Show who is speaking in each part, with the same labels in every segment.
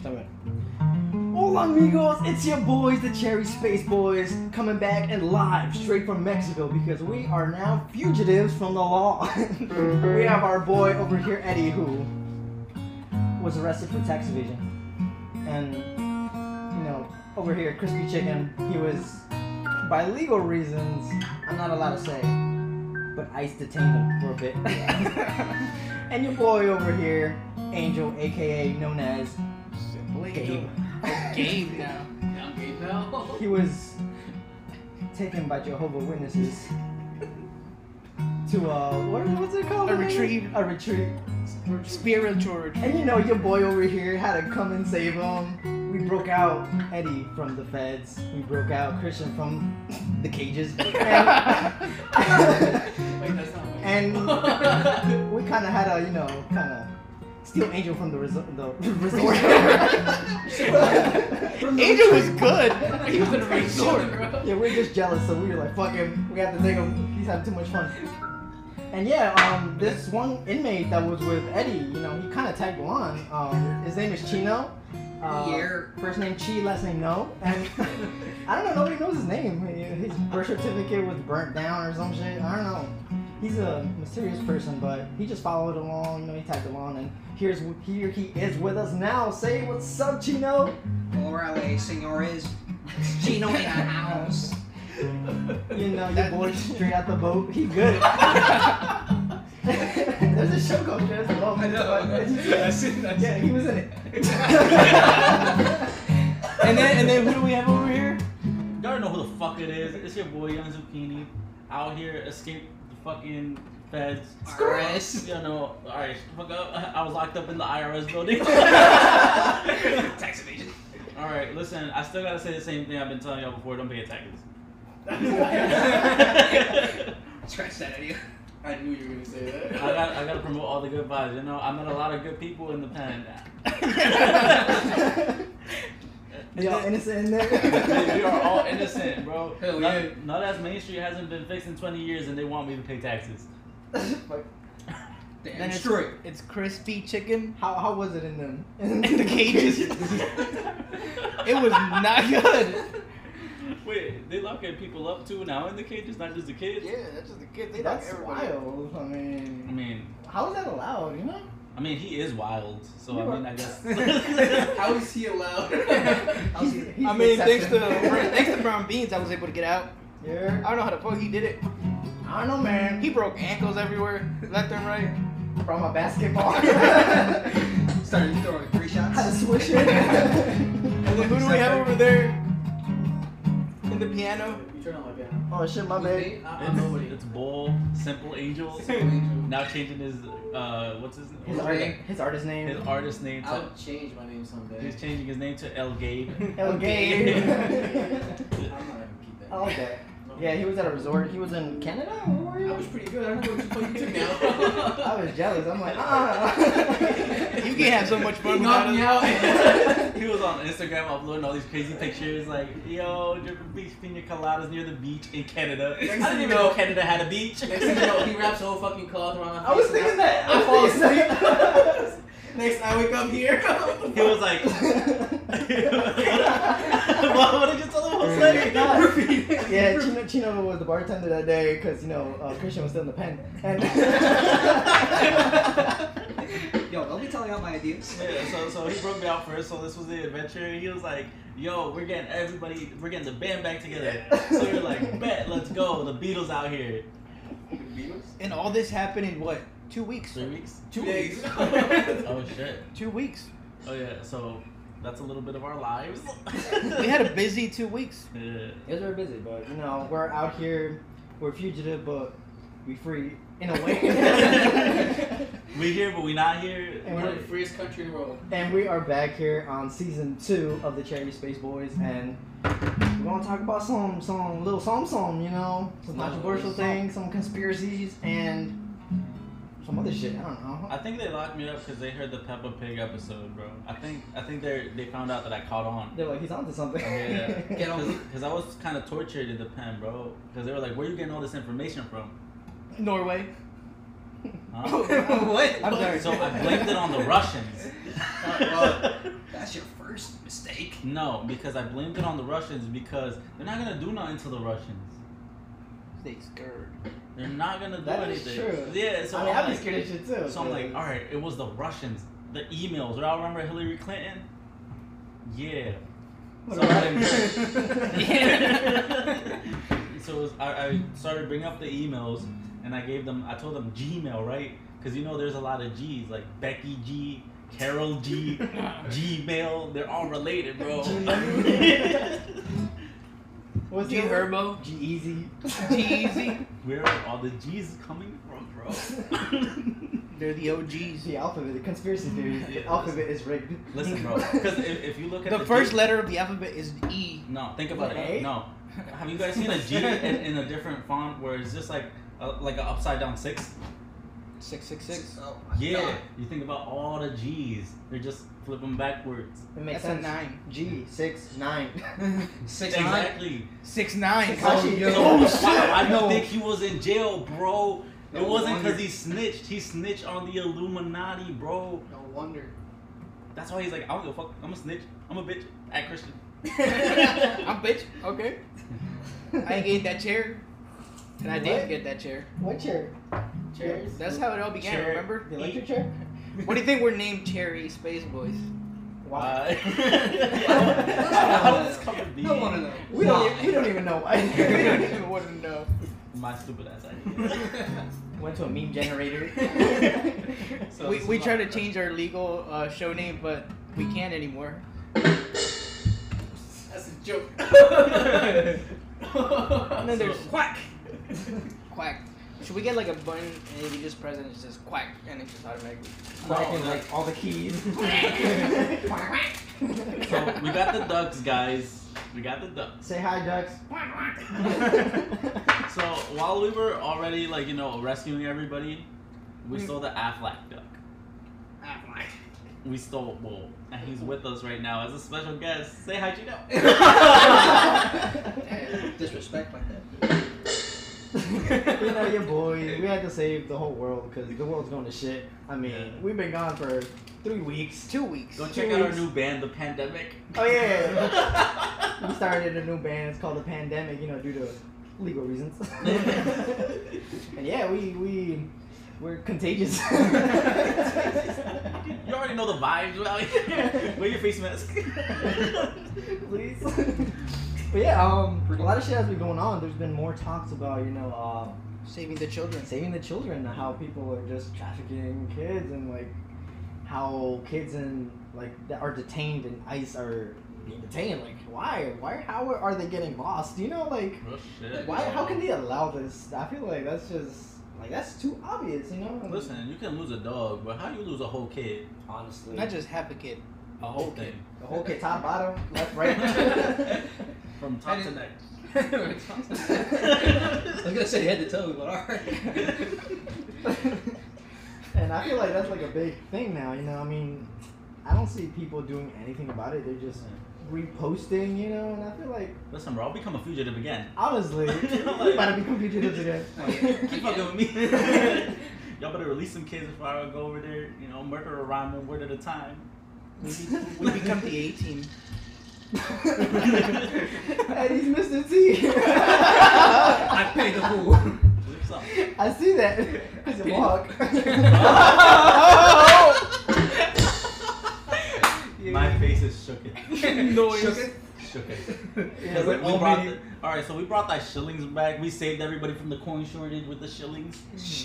Speaker 1: Stomach. Hola amigos, it's your boys, the Cherry Space Boys, coming back and live straight from Mexico because we are now fugitives from the law. we have our boy over here, Eddie, who was arrested for tax evasion. And, you know, over here, Crispy Chicken, he was, by legal reasons, I'm not allowed to say, but ICE detained him for a bit. and your boy over here, Angel, aka known as
Speaker 2: Simply
Speaker 1: Gabe.
Speaker 2: Gabe now. I'm Gabe now.
Speaker 1: He was taken by Jehovah Witnesses to uh, what, what's it called?
Speaker 2: A retreat.
Speaker 1: A retreat.
Speaker 2: Spiritual retreat.
Speaker 1: And you know your boy over here had to come and save him. We broke out Eddie from the feds. We broke out Christian from the cages. And,
Speaker 2: Wait, that's not right.
Speaker 1: and we kind of had a you know kind of steal Angel from the resort. The resort. From the
Speaker 2: Angel was
Speaker 1: retreat.
Speaker 2: good.
Speaker 3: He was in a resort.
Speaker 1: Yeah, we are just jealous, so we were like, fuck him. We have to take him. He's having too much fun. And yeah, um, this one inmate that was with Eddie, you know, he kind of tagged along. Um, his name is Chino. Uh,
Speaker 3: Year.
Speaker 1: First name Chi, last name No. And I don't know, nobody knows his name. His birth certificate was burnt down or some shit. I don't know. He's a mysterious person, but he just followed along. You know, he tagged along, and here's here he is with us now. Say what's up, Chino.
Speaker 3: Órale, señores. Chino in the house.
Speaker 1: You know, your
Speaker 2: That-
Speaker 1: boy straight out the boat. He good. There's a show called Straight Out the Boat. Yeah, he was in it.
Speaker 2: And then, and then who do we have over here?
Speaker 4: Y'all know who the fuck it is. It's your boy Young Zucchini out here escaped the fucking feds.
Speaker 3: IRS.
Speaker 4: You know, alright, fuck up. I was locked up in the IRS building.
Speaker 3: Tax evasion.
Speaker 4: alright, listen, I still gotta say the same thing I've been telling y'all before. Don't pay your taxes. I,
Speaker 3: Scratch that idea.
Speaker 2: I knew you were gonna say that.
Speaker 4: got, I gotta promote all the good vibes. You know, I met a lot of good people in the pen.
Speaker 1: They all innocent in
Speaker 4: we
Speaker 1: there.
Speaker 4: are all innocent, bro.
Speaker 2: Hell
Speaker 4: Nut-
Speaker 2: yeah.
Speaker 4: Nut-ass Main Street hasn't been fixed in 20 years and they want me to pay taxes.
Speaker 1: But
Speaker 3: Damn
Speaker 2: Then it's-
Speaker 3: straight.
Speaker 2: It's crispy chicken.
Speaker 1: how, how was it in them?
Speaker 2: In the cages. It
Speaker 4: it
Speaker 2: was not good.
Speaker 4: Wait, they locking people up too now in the cages, not just the kids.
Speaker 2: that's just the kid.
Speaker 1: That's wild. I mean,
Speaker 4: I mean,
Speaker 1: how is that allowed? You know?
Speaker 4: I mean, he is wild. So
Speaker 1: You
Speaker 4: I
Speaker 1: are-
Speaker 4: mean, I guess.
Speaker 2: How is he allowed?
Speaker 1: How's he- he's
Speaker 2: I mean,
Speaker 1: the
Speaker 2: thanks to
Speaker 1: exception.
Speaker 2: thanks to brown beans, I was able to get out. I
Speaker 1: Yeah.
Speaker 2: don't know how the fuck he did it.
Speaker 1: I don't know, man.
Speaker 2: He broke ankles everywhere, left and right.
Speaker 1: brought my basketball. Had
Speaker 3: Started throwing three
Speaker 1: to
Speaker 3: shots.
Speaker 1: swish it.
Speaker 2: And then who do we have over there? In the piano.
Speaker 5: Turn on my
Speaker 1: oh shit, my bad.
Speaker 4: It's, it's Bull, Simple Angel. Now changing his, uh, what's his
Speaker 1: His,
Speaker 4: name?
Speaker 1: art, his artist name.
Speaker 4: His artist name to.
Speaker 5: I'll change my name someday.
Speaker 4: He's changing his name to El Gabe.
Speaker 1: El Gabe.
Speaker 5: I'm not gonna keep that.
Speaker 1: I like that. Yeah, he was at a resort. He was in Canada. Where were
Speaker 5: I
Speaker 1: you?
Speaker 5: was pretty good. I don't know what you fucking took
Speaker 1: I
Speaker 5: now.
Speaker 1: was jealous. I'm like, "Ah." uh.
Speaker 2: You can have so much fun
Speaker 5: You
Speaker 2: without
Speaker 5: knocked me
Speaker 2: us.
Speaker 5: out.
Speaker 4: He was on Instagram uploading all these crazy pictures, like, yo, dripping beach pina coladas near the beach in Canada. I
Speaker 5: Next
Speaker 4: didn't
Speaker 5: thing
Speaker 4: even
Speaker 5: you know-
Speaker 4: know Canada had a beach.
Speaker 5: Next thing you know, he wraps a whole fucking cloth around my face.
Speaker 1: I was thinking that.
Speaker 5: I fall
Speaker 1: asleep.
Speaker 5: Next, I wake up here.
Speaker 4: He was like, what, what did you tell him was
Speaker 1: God.
Speaker 4: like?
Speaker 1: yeah, Chino, Chino was the bartender that day because you know uh, Christian was still in the pen. And
Speaker 3: Yo, don't be telling out my ideas.
Speaker 4: Yeah, so, so he broke me out first, so this was the adventure. He was like, yo, we're getting everybody, we're getting the band back together. So we are like, bet, let's go. The Beatles out here.
Speaker 2: And all this happened in what? Two weeks.
Speaker 4: Three weeks?
Speaker 5: Two days.
Speaker 4: Oh, shit.
Speaker 2: Two weeks.
Speaker 4: Oh, yeah, so that's a little bit of our lives.
Speaker 2: We had a busy two weeks.
Speaker 4: Yeah.
Speaker 1: Yes, we're busy, but you know we're out here. We're fugitive, but we free in a way.
Speaker 4: We here, but we not here.
Speaker 1: And
Speaker 5: We're
Speaker 4: Like,
Speaker 5: the freest country in the world.
Speaker 1: And we are back here on season two of the Cherry Space Boys, and we're gonna talk about some some little some some, you know, some
Speaker 5: Little
Speaker 1: controversial
Speaker 5: something.
Speaker 1: things, some conspiracies, and some other shit. I don't know.
Speaker 4: I think they locked me up because they heard the Peppa Pig episode, bro. I think I think they they found out that I caught on.
Speaker 1: They're like, he's onto something.
Speaker 4: Oh, Yeah.
Speaker 3: Get on.
Speaker 4: Because I was kind of tortured in the pen, bro. Because they were like, "Where you getting all this information from?"
Speaker 2: Norway.
Speaker 4: Huh?
Speaker 3: what?
Speaker 1: I'm sorry.
Speaker 4: So I blamed it on the Russians.
Speaker 3: well, That's your first mistake.
Speaker 4: No, because I blamed it on the Russians because they're not gonna do nothing to the Russians.
Speaker 2: They scared.
Speaker 4: They're not gonna do
Speaker 1: That is
Speaker 4: anything.
Speaker 1: true.
Speaker 4: Yeah, so
Speaker 1: I mean,
Speaker 4: I'm
Speaker 1: I'd be
Speaker 4: like-
Speaker 1: scared of shit too.
Speaker 4: So I'm like,
Speaker 1: but-
Speaker 4: all right, it was the Russians, the emails. Y'all remember Hillary Clinton? Yeah.
Speaker 1: What
Speaker 4: So
Speaker 1: about-
Speaker 4: I didn't-
Speaker 2: Yeah.
Speaker 4: so it was, I, I started bringing up the emails, and I gave them, I told them Gmail, right? Because you know, there's a lot of G's, like Becky G, Carol G, Gmail. They're all related, bro.
Speaker 1: Gmail. What's
Speaker 2: G
Speaker 1: the other one?
Speaker 2: Herbo.
Speaker 1: G-Eazy.
Speaker 2: G-Easy.
Speaker 4: Where are all the G's coming from, bro?
Speaker 2: They're the OGs.
Speaker 1: The alphabet, the conspiracy theory,
Speaker 4: Yeah,
Speaker 1: the alphabet is rigged.
Speaker 4: Listen, bro, because if, if you look at
Speaker 2: The
Speaker 4: the,
Speaker 2: first
Speaker 4: G-
Speaker 2: letter of the alphabet is E.
Speaker 4: No, think about
Speaker 1: Okay.
Speaker 4: it. No, have you guys seen a G in, in a different font where it's just like a, like an upside down six?
Speaker 2: Six six six.
Speaker 3: Oh my
Speaker 4: Yeah,
Speaker 3: God.
Speaker 4: you think about all the G's, they're just flipping backwards.
Speaker 1: it makes
Speaker 2: That's a
Speaker 1: sense.
Speaker 2: nine.
Speaker 1: G six nine.
Speaker 3: Six nine.
Speaker 4: exactly.
Speaker 2: Six nine.
Speaker 1: Takashi, yo.
Speaker 4: So
Speaker 1: Oh,
Speaker 4: why-
Speaker 1: shit.
Speaker 4: Why do you
Speaker 1: No.
Speaker 4: think he was in jail, bro? It
Speaker 3: No
Speaker 4: wasn't
Speaker 3: wonder.
Speaker 4: because he snitched. He snitched on the Illuminati, bro.
Speaker 5: No wonder.
Speaker 4: That's why he's like, I don't give a fuck. I'm a snitch. I'm a bitch. At Christian.
Speaker 2: I'm bitch. Okay. I ain't get that chair. And I
Speaker 1: What?
Speaker 2: did get that chair.
Speaker 1: What chair?
Speaker 5: Chairs.
Speaker 2: That's how it all began,
Speaker 4: Chair.
Speaker 2: remember?
Speaker 1: The electric chair?
Speaker 2: What do you think we're named Cherry Space Boys?
Speaker 1: Why?
Speaker 4: Why? How did this come to be?
Speaker 3: No one of them.
Speaker 1: we don't. e- We don't even know why.
Speaker 2: we don't even want to know.
Speaker 4: My stupid ass idea.
Speaker 3: Why?
Speaker 1: Went to a meme generator.
Speaker 4: So
Speaker 2: we
Speaker 4: this
Speaker 2: we
Speaker 4: is
Speaker 2: try
Speaker 4: my-
Speaker 2: to change our legal uh, show name, but we can't anymore.
Speaker 5: That's a joke.
Speaker 2: And then
Speaker 4: So-
Speaker 2: there's quack. quack. Should we get like a button and we just press it and it says quack and it just automatically. Oh,
Speaker 1: Cracking like all the keys.
Speaker 4: So we got the ducks, guys. We got the ducks.
Speaker 1: Say hi, ducks.
Speaker 4: So while we were already like you know rescuing everybody,
Speaker 1: Hmm.
Speaker 4: we
Speaker 2: Mm.
Speaker 4: stole the Aflac duck. We stole Bull, and he's with us right now as a special guest. Say hi, Gino.
Speaker 3: Disrespect like that.
Speaker 1: you know your boys. We had to save the whole world because the world's going to shit. I mean,
Speaker 4: Yeah.
Speaker 1: we've been gone for three weeks.
Speaker 2: Two weeks.
Speaker 4: Go check out our new band, The Pandemic.
Speaker 1: Oh yeah, we started a new band. It's called the Pandemic. You know, due to legal reasons. and yeah, we we we're contagious.
Speaker 4: You already know the vibes. Well, wear your face mask.
Speaker 1: Please. But yeah, um, a lot of shit has been going on. There's been more talks about you know. Uh,
Speaker 2: Saving the children.
Speaker 1: saving the children how people are just trafficking kids and like how kids and like that are detained and ICE are being detained like why why how are they getting lost you know like
Speaker 4: Real Oh, shit.
Speaker 1: why how can they allow this I feel like that's just like that's too obvious you know
Speaker 4: Listen, you can lose a dog, but how you lose a whole kid?
Speaker 1: honestly
Speaker 2: Not just half a kid.
Speaker 4: A whole thing.
Speaker 1: the whole kid top bottom left right
Speaker 4: From top to
Speaker 3: I
Speaker 4: neck.
Speaker 3: was gonna say head to toe, but alright.
Speaker 1: and I feel like that's like a big thing now. You know, I mean, I don't see people doing anything about it. They're just reposting, you know. And I feel like
Speaker 4: Listen, bro, I'll become a fugitive again.
Speaker 1: honestly, we about to become fugitives again.
Speaker 3: Oh, yeah.
Speaker 4: Keep fucking with me. Y'all better release some kids if I go over there, you know, murder around one word at a time.
Speaker 2: We, be- we become the A team.
Speaker 1: and he's Mr. T.
Speaker 3: I paid the fool.
Speaker 4: What's up?
Speaker 1: I see that. Cause you walk.
Speaker 4: My face is shook it.
Speaker 3: Shook
Speaker 2: Noise.
Speaker 3: it.
Speaker 4: Shook it.
Speaker 1: Yeah,
Speaker 4: Cause
Speaker 1: we're
Speaker 4: we
Speaker 1: all
Speaker 4: brought
Speaker 1: made-
Speaker 4: the- all right, so we brought that shillings back. We saved everybody from the coin shortage with the shillings.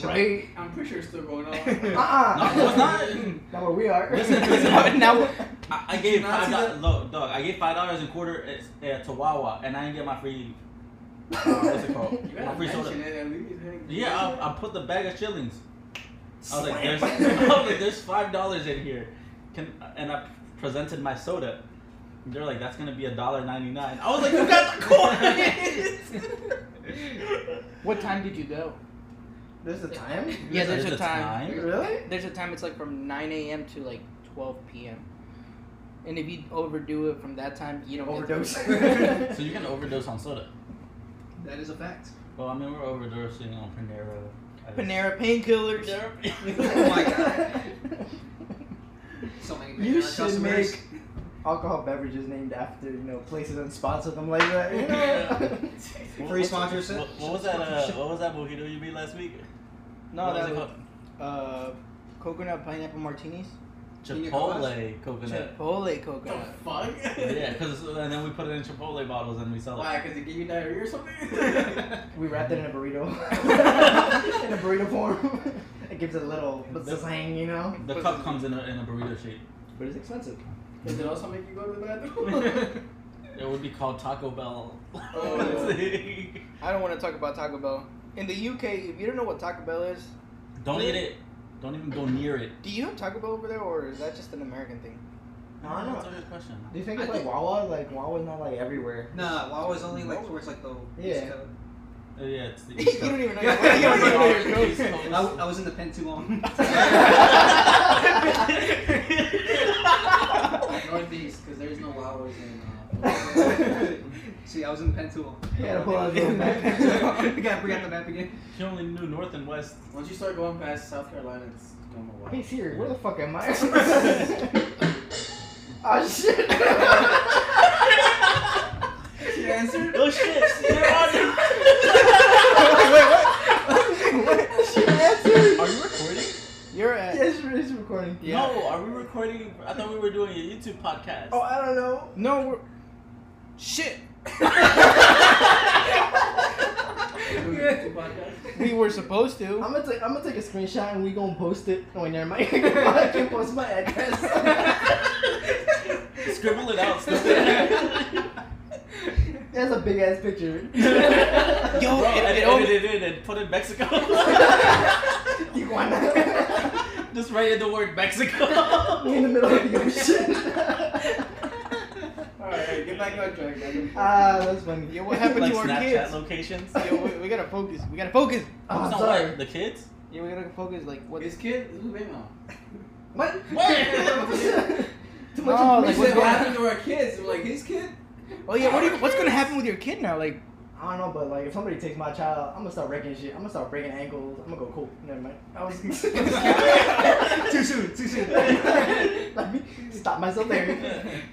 Speaker 1: Right.
Speaker 5: I'm pretty sure it's still going on.
Speaker 1: Uh-uh.
Speaker 4: No, it's not.
Speaker 1: That's what we are.
Speaker 4: Listen, listen.
Speaker 2: now we're-
Speaker 4: I, I gave
Speaker 5: you not
Speaker 4: five
Speaker 5: see
Speaker 4: dollars.
Speaker 5: that?
Speaker 4: Look, dog, I gave five dollars and quarter at, at to Wawa, and I didn't get my free. Uh, what's it called?
Speaker 5: You
Speaker 4: My
Speaker 5: gotta
Speaker 4: free soda.
Speaker 5: mention it at least.
Speaker 4: Yeah, I, I put the bag of shillings. I was like, there's,
Speaker 1: Slam.
Speaker 4: I was like, there's five dollars in here, can and I presented my soda. They're like, that's gonna be a dollar ninety nine. I was like, you got the coin.
Speaker 2: What time did you go?
Speaker 1: There's a time.
Speaker 2: Yeah, there's a time.
Speaker 1: Really?
Speaker 2: There's a time it's like from 9 a.m. to like 12 p.m. And if you overdo it from that time, you don't
Speaker 1: Overdose.
Speaker 2: Get
Speaker 4: So you can overdose on soda.
Speaker 3: That is a fact.
Speaker 4: Well, I mean, we're overdosing on Panera.
Speaker 2: Panera painkillers.
Speaker 3: Oh my God. So many
Speaker 1: You
Speaker 3: Panera
Speaker 1: should
Speaker 3: customers.
Speaker 1: make alcohol beverages named after you know places and spots of them like that. You know?
Speaker 4: What-
Speaker 3: Free
Speaker 4: what's-
Speaker 3: sponsorship?
Speaker 4: What, what was that? Uh, what was that mojito you made last week?
Speaker 2: No,
Speaker 4: What was
Speaker 2: that
Speaker 4: it
Speaker 2: was uh, coconut pineapple martinis.
Speaker 3: Pina
Speaker 4: called?
Speaker 3: coladas?
Speaker 4: Chipotle coconut.
Speaker 2: Chipotle
Speaker 5: The
Speaker 2: coconut.
Speaker 5: fuck?
Speaker 4: Yeah, because and then we put it in Chipotle bottles and we sell
Speaker 5: Why?
Speaker 4: it.
Speaker 5: Because it gave you diarrhea or something?
Speaker 1: we wrapped it in a burrito, in a burrito form. it gives it a little zing, you know.
Speaker 4: the cup comes in a, in a burrito shape.
Speaker 1: But it's expensive.
Speaker 5: Does it also make you go to the bathroom?
Speaker 4: It would be called Taco Bell.
Speaker 5: Oh.
Speaker 2: I don't want to talk about Taco Bell. In the UK, if you don't know what Taco Bell is,
Speaker 4: Don't eat it. Don't even go near it.
Speaker 2: do you have Taco Bell over there, or is that just an American thing?
Speaker 1: No, I
Speaker 4: That's
Speaker 1: know.
Speaker 4: a good question.
Speaker 1: Do you think
Speaker 3: I
Speaker 1: it's like
Speaker 3: think-
Speaker 1: Wawa? Like Wawa's not like everywhere.
Speaker 3: Nah, Wawa's only like towards like the East
Speaker 1: Yeah.
Speaker 3: Coast.
Speaker 4: Uh, yeah, it's the
Speaker 2: you
Speaker 4: East Coast.
Speaker 2: don't even know.
Speaker 3: Yeah.
Speaker 2: you don't even know where it
Speaker 4: East
Speaker 2: goes.
Speaker 4: Coast.
Speaker 3: I, I was in the pen too long.
Speaker 5: Northeast, because there's no Wawa's in. Uh,
Speaker 3: See, I was in the pen too long.
Speaker 1: Yeah, to pull out the map.
Speaker 3: we gotta bring out the map again.
Speaker 4: She only knew North and West.
Speaker 5: Once you start going past South Carolina, it's no more Wawa.
Speaker 1: Hey Siri, where the fuck am I? oh shit!
Speaker 5: She answered.
Speaker 4: Oh shit! You're on
Speaker 1: she answered.
Speaker 4: Are you recording?
Speaker 2: You're at.
Speaker 1: Yes, it's recording.
Speaker 4: No, are we recording? I thought we were doing a YouTube podcast.
Speaker 1: Oh, I don't know.
Speaker 2: No, we're. Shit.
Speaker 5: Two podcasts.
Speaker 2: We were supposed to.
Speaker 1: I'm gonna take I'm gonna take a screenshot and we gonna post it. Oh, never mind. I can post my address.
Speaker 4: Scribble it out. Stupid.
Speaker 1: That's a big ass picture.
Speaker 2: Yo,
Speaker 4: Bro,
Speaker 2: it-
Speaker 4: and
Speaker 2: it
Speaker 4: it,
Speaker 2: only-
Speaker 4: it in and put in Mexico.
Speaker 1: you wanna
Speaker 4: Just write in the word Mexico.
Speaker 1: in the middle of the ocean?
Speaker 5: All right, get back on track. man.
Speaker 1: Ah,
Speaker 2: Uh,
Speaker 1: that's funny.
Speaker 2: Yo, what happened
Speaker 4: like
Speaker 2: to our
Speaker 4: Snapchat
Speaker 2: kids?
Speaker 4: locations.
Speaker 2: Yo, we, we gotta focus. We gotta focus.
Speaker 1: Oh,
Speaker 4: It's not
Speaker 1: sorry.
Speaker 4: what, The kids?
Speaker 2: Yeah, we gotta focus. Like what?
Speaker 5: This kid, this is big now.
Speaker 1: What? Too much
Speaker 2: No, like, what's
Speaker 5: Like, what
Speaker 1: information.
Speaker 2: going
Speaker 5: happened to our kids? Like his kid?
Speaker 2: Oh yeah, what? Are you, what's gonna happen with your kid now? Like,
Speaker 1: I don't know, but like if somebody takes my child, I'm gonna start wrecking shit. I'm gonna start breaking ankles. I'm gonna go cool. Never mind. I was
Speaker 3: Too soon, too soon.
Speaker 1: let me stop myself there.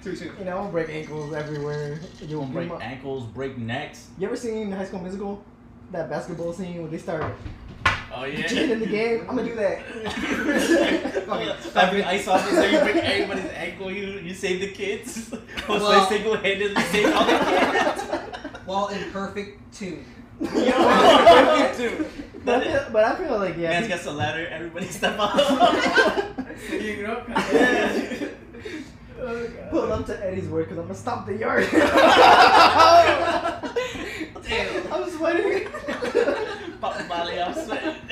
Speaker 3: too soon.
Speaker 1: You know, I will break ankles everywhere. You won't
Speaker 4: break
Speaker 1: break. You
Speaker 4: ankles, break necks.
Speaker 1: ever seen High School Musical? That basketball scene where they start
Speaker 4: Oh
Speaker 1: cheating in the game. I'm gonna do that.
Speaker 4: Fucking ice officer, you break everybody's ankle, you, you save the kids. Jose
Speaker 3: Well-
Speaker 4: single handedly saved all the kids.
Speaker 3: While in perfect tune.
Speaker 1: Yo.
Speaker 4: Too.
Speaker 1: but, I feel, but I feel like yeah.
Speaker 4: Man's
Speaker 1: people-
Speaker 4: got a ladder, everybody step up.
Speaker 5: Singing it up.
Speaker 4: Yeah.
Speaker 1: Pull up to Eddie's work because I'm gonna stop the yard.
Speaker 3: Damn.
Speaker 1: I'm sweating.
Speaker 4: Pop the body, I'm sweating.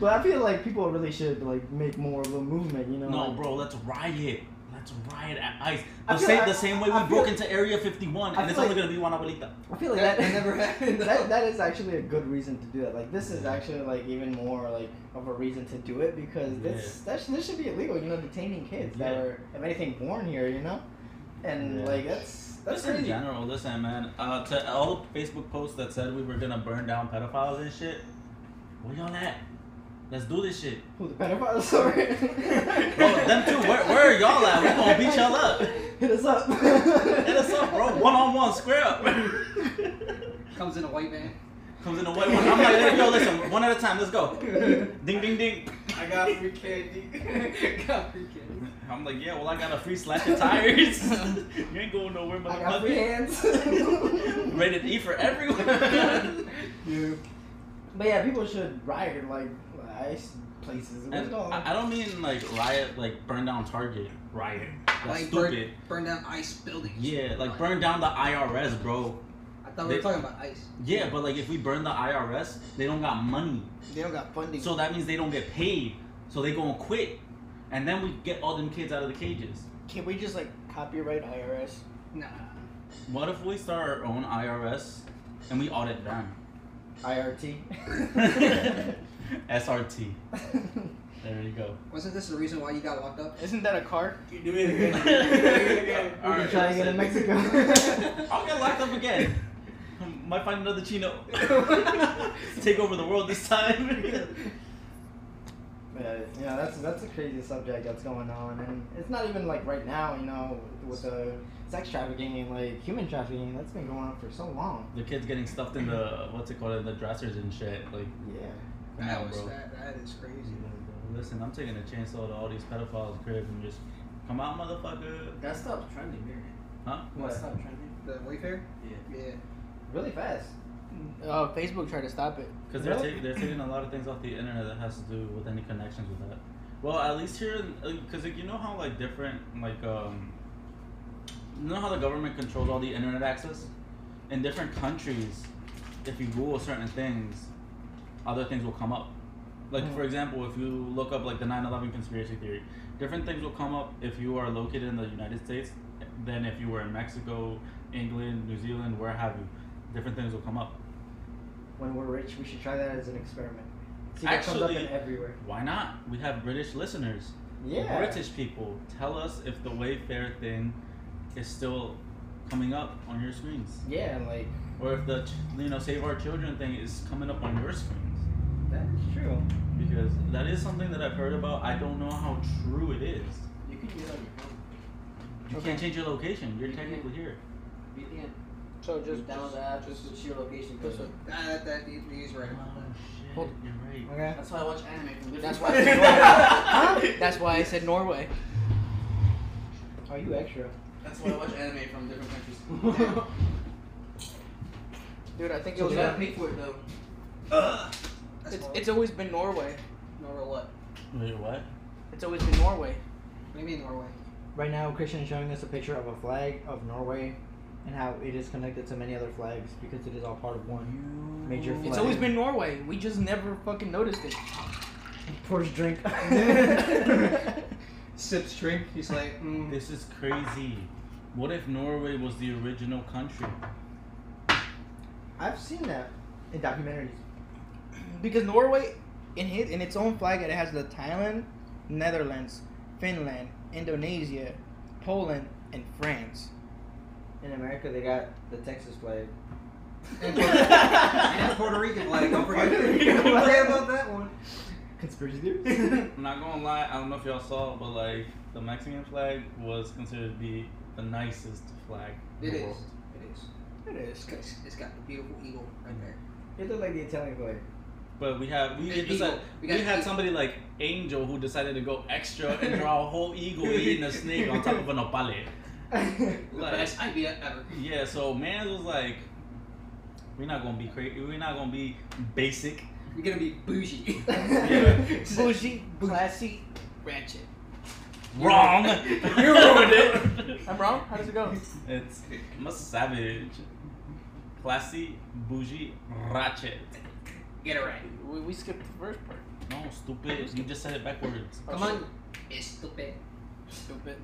Speaker 1: but I feel like people really should like make more of a movement. You know.
Speaker 4: No,
Speaker 1: like-
Speaker 4: bro, let's riot. Let's riot at ICE.
Speaker 1: I
Speaker 4: The
Speaker 1: feel
Speaker 4: same,
Speaker 1: like-
Speaker 4: the same way we
Speaker 1: I feel-
Speaker 4: broke into Area 51,
Speaker 1: I
Speaker 4: and it's
Speaker 1: feel
Speaker 4: only gonna be one abuelita.
Speaker 1: I feel like
Speaker 3: That,
Speaker 1: that.
Speaker 3: that never happened. though.
Speaker 1: that, that is actually a good reason to do that. Like this is actually like even more like of a reason to do it because this that sh- this should be illegal. You know, detaining kids that
Speaker 4: Yeah.
Speaker 1: were if anything born here. You know, and
Speaker 4: Yeah.
Speaker 1: like that's that's
Speaker 4: Just in
Speaker 1: crazy.
Speaker 4: general, listen, man. Uh, to all Facebook posts that said we were gonna burn down pedophiles and shit, where y'all at? Let's do this shit.
Speaker 1: Who the pedophiles? Sorry.
Speaker 4: Bro, them two, where, where are y'all at? We gonna beat y'all up.
Speaker 1: Hit us up.
Speaker 4: Hit us up, bro. One on one, square up.
Speaker 3: Comes in a white man.
Speaker 4: Comes in the white one. I'm like, hey, yo, listen, one at a time. Let's go. Ding, ding, ding.
Speaker 5: I got free candy.
Speaker 3: God, free kidding.
Speaker 4: I'm like, yeah, well, I got a free slash of tires. you ain't going nowhere,
Speaker 1: I got free
Speaker 4: motherfucker.
Speaker 1: hands.
Speaker 4: Rated E for everyone.
Speaker 1: Yeah. But yeah, people should riot like ice places. What's
Speaker 4: And
Speaker 1: going on?
Speaker 4: I, I don't mean like riot, like burn down Target. Riot. That's
Speaker 3: Like burn,
Speaker 4: stupid.
Speaker 3: burn down ice buildings.
Speaker 4: Yeah, like burn down the IRS, bro.
Speaker 3: I thought we were
Speaker 4: They-
Speaker 3: talking about ice.
Speaker 4: Yeah, but like if we burn the IRS, they don't got money.
Speaker 2: they don't got funding.
Speaker 4: So that means they don't get paid. So they gonna quit. And then we get all them kids out of the cages.
Speaker 2: Can we just like copyright IRS?
Speaker 3: Nah.
Speaker 4: What if we start our own IRS and we audit them?
Speaker 1: IRT.
Speaker 4: SRT. There you go.
Speaker 3: Wasn't this the reason why you got locked up?
Speaker 2: Isn't that a car?
Speaker 5: you do it again. You do it again.
Speaker 1: We can
Speaker 4: Alright,
Speaker 1: try again in
Speaker 4: listen.
Speaker 1: Mexico.
Speaker 4: I'll get locked up again. might find another Chino. Take over the world this time.
Speaker 1: Yeah, yeah, that's that's a crazy subject that's going on, and it's not even like right now, you know, with the sex trafficking and like human trafficking that's been going on for so long.
Speaker 4: the kids getting stuffed in the what's it called in the dressers and shit. Like,
Speaker 1: Yeah,
Speaker 4: come
Speaker 3: That
Speaker 4: on,
Speaker 3: was
Speaker 4: bro.
Speaker 3: that. That is crazy.
Speaker 4: Listen, I'm taking a chainsaw to all these pedophiles' crib and just come out, motherfucker.
Speaker 5: That stopped trending, Mary.
Speaker 4: Huh?
Speaker 5: That
Speaker 1: What?
Speaker 5: stopped trending.
Speaker 3: The Wayfair.
Speaker 5: Yeah.
Speaker 3: Yeah.
Speaker 1: really fast.
Speaker 2: Uh, Facebook tried to stop it.
Speaker 4: Because they're,
Speaker 1: Really?
Speaker 4: take, they're taking a lot of things off the internet that has to do with any connections with that. Well, at least here, because like, you know how like different like um, you know how the government controls all the internet access in different countries. If you Google certain things, other things will come up. Like
Speaker 1: Mhm.
Speaker 4: for example, if you look up like the 9/11 conspiracy theory, different things will come up if you are located in the United States than if you were in Mexico, England, New Zealand, where have you. Different things will come up.
Speaker 1: When we're rich, we should try that as an experiment. See, that comes up in
Speaker 4: Actually-
Speaker 1: everywhere.
Speaker 4: Why not? We have British listeners.
Speaker 1: Yeah.
Speaker 4: British people, tell us if the Wayfair thing is still coming up on your screens,
Speaker 1: Yeah, and like
Speaker 4: or if the ch- you know Save Our Children thing is coming up on your screens,
Speaker 1: that is true.
Speaker 4: because that is something that I've heard about. I don't know how true it is.
Speaker 5: You can do it on your phone.
Speaker 4: You
Speaker 1: Okay.
Speaker 4: can't change your location. You're
Speaker 5: You can't.
Speaker 4: technically here.
Speaker 5: VPN.
Speaker 2: So
Speaker 5: Just
Speaker 2: just
Speaker 5: download the app, just switch your location.
Speaker 2: Just a-
Speaker 3: That that he's right
Speaker 4: Oh
Speaker 3: about that.
Speaker 4: shit!
Speaker 2: Hold-
Speaker 4: You're right.
Speaker 1: Okay.
Speaker 5: That's why I watch anime from different
Speaker 2: That's why. I said
Speaker 1: Huh?
Speaker 2: Norway. That's why I said Norway.
Speaker 1: Are you extra?
Speaker 5: That's why I watch anime from different countries.
Speaker 2: Dude, I think it
Speaker 5: Yo,
Speaker 2: was.
Speaker 5: you gotta pay for it though.
Speaker 3: Ugh. That's
Speaker 2: It's,
Speaker 3: all.
Speaker 2: it's always been Norway.
Speaker 3: Norway. What?
Speaker 4: Wait, what?
Speaker 2: It's always been Norway.
Speaker 3: What do you mean Norway?
Speaker 1: Right now, Christian is showing us a picture of a flag of Norway, and how it is connected to many other flags because it is all part of one. Major
Speaker 2: It's always been Norway. We just never fucking noticed it.
Speaker 1: Pours drink.
Speaker 3: Sips drink. He's like, mm,
Speaker 4: This is crazy. What if Norway was the original country?
Speaker 1: I've seen that in documentaries.
Speaker 2: Because Norway, in his, in its own flag, it has the Thailand, Netherlands, Finland, Indonesia, Poland, and France.
Speaker 1: In America, they got the Texas flag.
Speaker 3: And Puerto- and Puerto Rican flag. Don't forget,
Speaker 1: Puerto Rican
Speaker 3: don't
Speaker 1: flag.
Speaker 3: forget about that one.
Speaker 1: Conspiracy theories.
Speaker 4: I'm not gonna lie, I don't know if y'all saw, but like the Mexican flag was considered to be the nicest flag in
Speaker 3: It
Speaker 4: the
Speaker 3: is.
Speaker 4: world.
Speaker 3: It is.
Speaker 2: It
Speaker 3: It's
Speaker 2: is.
Speaker 3: got, it's got the beautiful eagle right there.
Speaker 1: it looked like the Italian flag.
Speaker 4: But we have we,
Speaker 3: An
Speaker 4: decided,
Speaker 3: eagle. We
Speaker 4: we,
Speaker 3: got an
Speaker 4: had
Speaker 3: eagle.
Speaker 4: somebody like Angel who decided to go extra and draw a whole eagle eating a snake on top of an opale.
Speaker 3: The
Speaker 4: Like-
Speaker 3: best idea ever.
Speaker 4: Yeah, so man was like, we're not gonna be crazy. We're not gonna be basic.
Speaker 3: You're gonna be bougie.
Speaker 2: Bougie, classy, ratchet.
Speaker 4: Wrong. you ruined it.
Speaker 2: I'm wrong. How does it go?
Speaker 4: It's I'm a savage, classy, bougie, ratchet.
Speaker 3: Get it right.
Speaker 2: We, we skipped the first part.
Speaker 4: No, stupid. You just said it backwards.
Speaker 2: Oh,
Speaker 3: Come on. It's stupid.
Speaker 2: Stupid.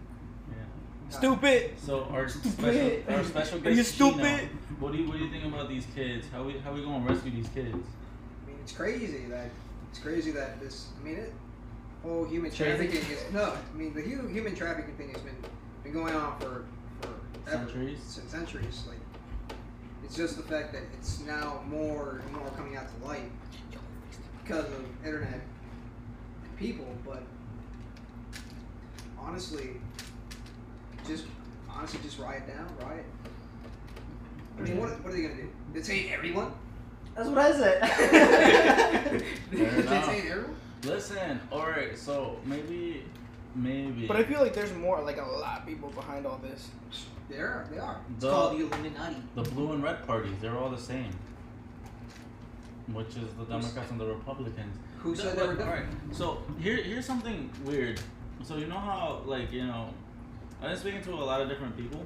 Speaker 4: Yeah.
Speaker 2: Stupid.
Speaker 4: So our special,
Speaker 2: Stupid.
Speaker 4: our special
Speaker 2: Are you
Speaker 4: guest Chino,
Speaker 2: stupid?
Speaker 4: what do you what do you think about these kids? How we how we gonna rescue these kids?
Speaker 3: I mean, it's crazy that it's crazy that this. I mean, it whole human
Speaker 1: Crazy?
Speaker 3: trafficking is no. I mean, the hu- human trafficking thing has been been going on for for ever,
Speaker 4: Centuries.
Speaker 3: since centuries. Like, it's just the fact that it's now more and more coming out to light because of internet and people. But honestly, just honestly, just riot down, riot. I mean, what, what are they gonna do? Detain everyone?
Speaker 1: That's what I said.
Speaker 4: enough.
Speaker 3: Detain everyone?
Speaker 4: Listen, all right. So maybe maybe.
Speaker 2: But I feel like there's more, like a lot of people behind all this.
Speaker 3: They are. They are. It's
Speaker 4: The-
Speaker 3: called the Illuminati.
Speaker 4: the blue and red parties, they're all the same. Which is the Democrats and the Republicans.
Speaker 3: Who
Speaker 4: No,
Speaker 3: said they were
Speaker 4: but-
Speaker 3: different?
Speaker 4: alright, So here, here's something weird. So you know how, like, you know, I've been speaking to a lot of different people,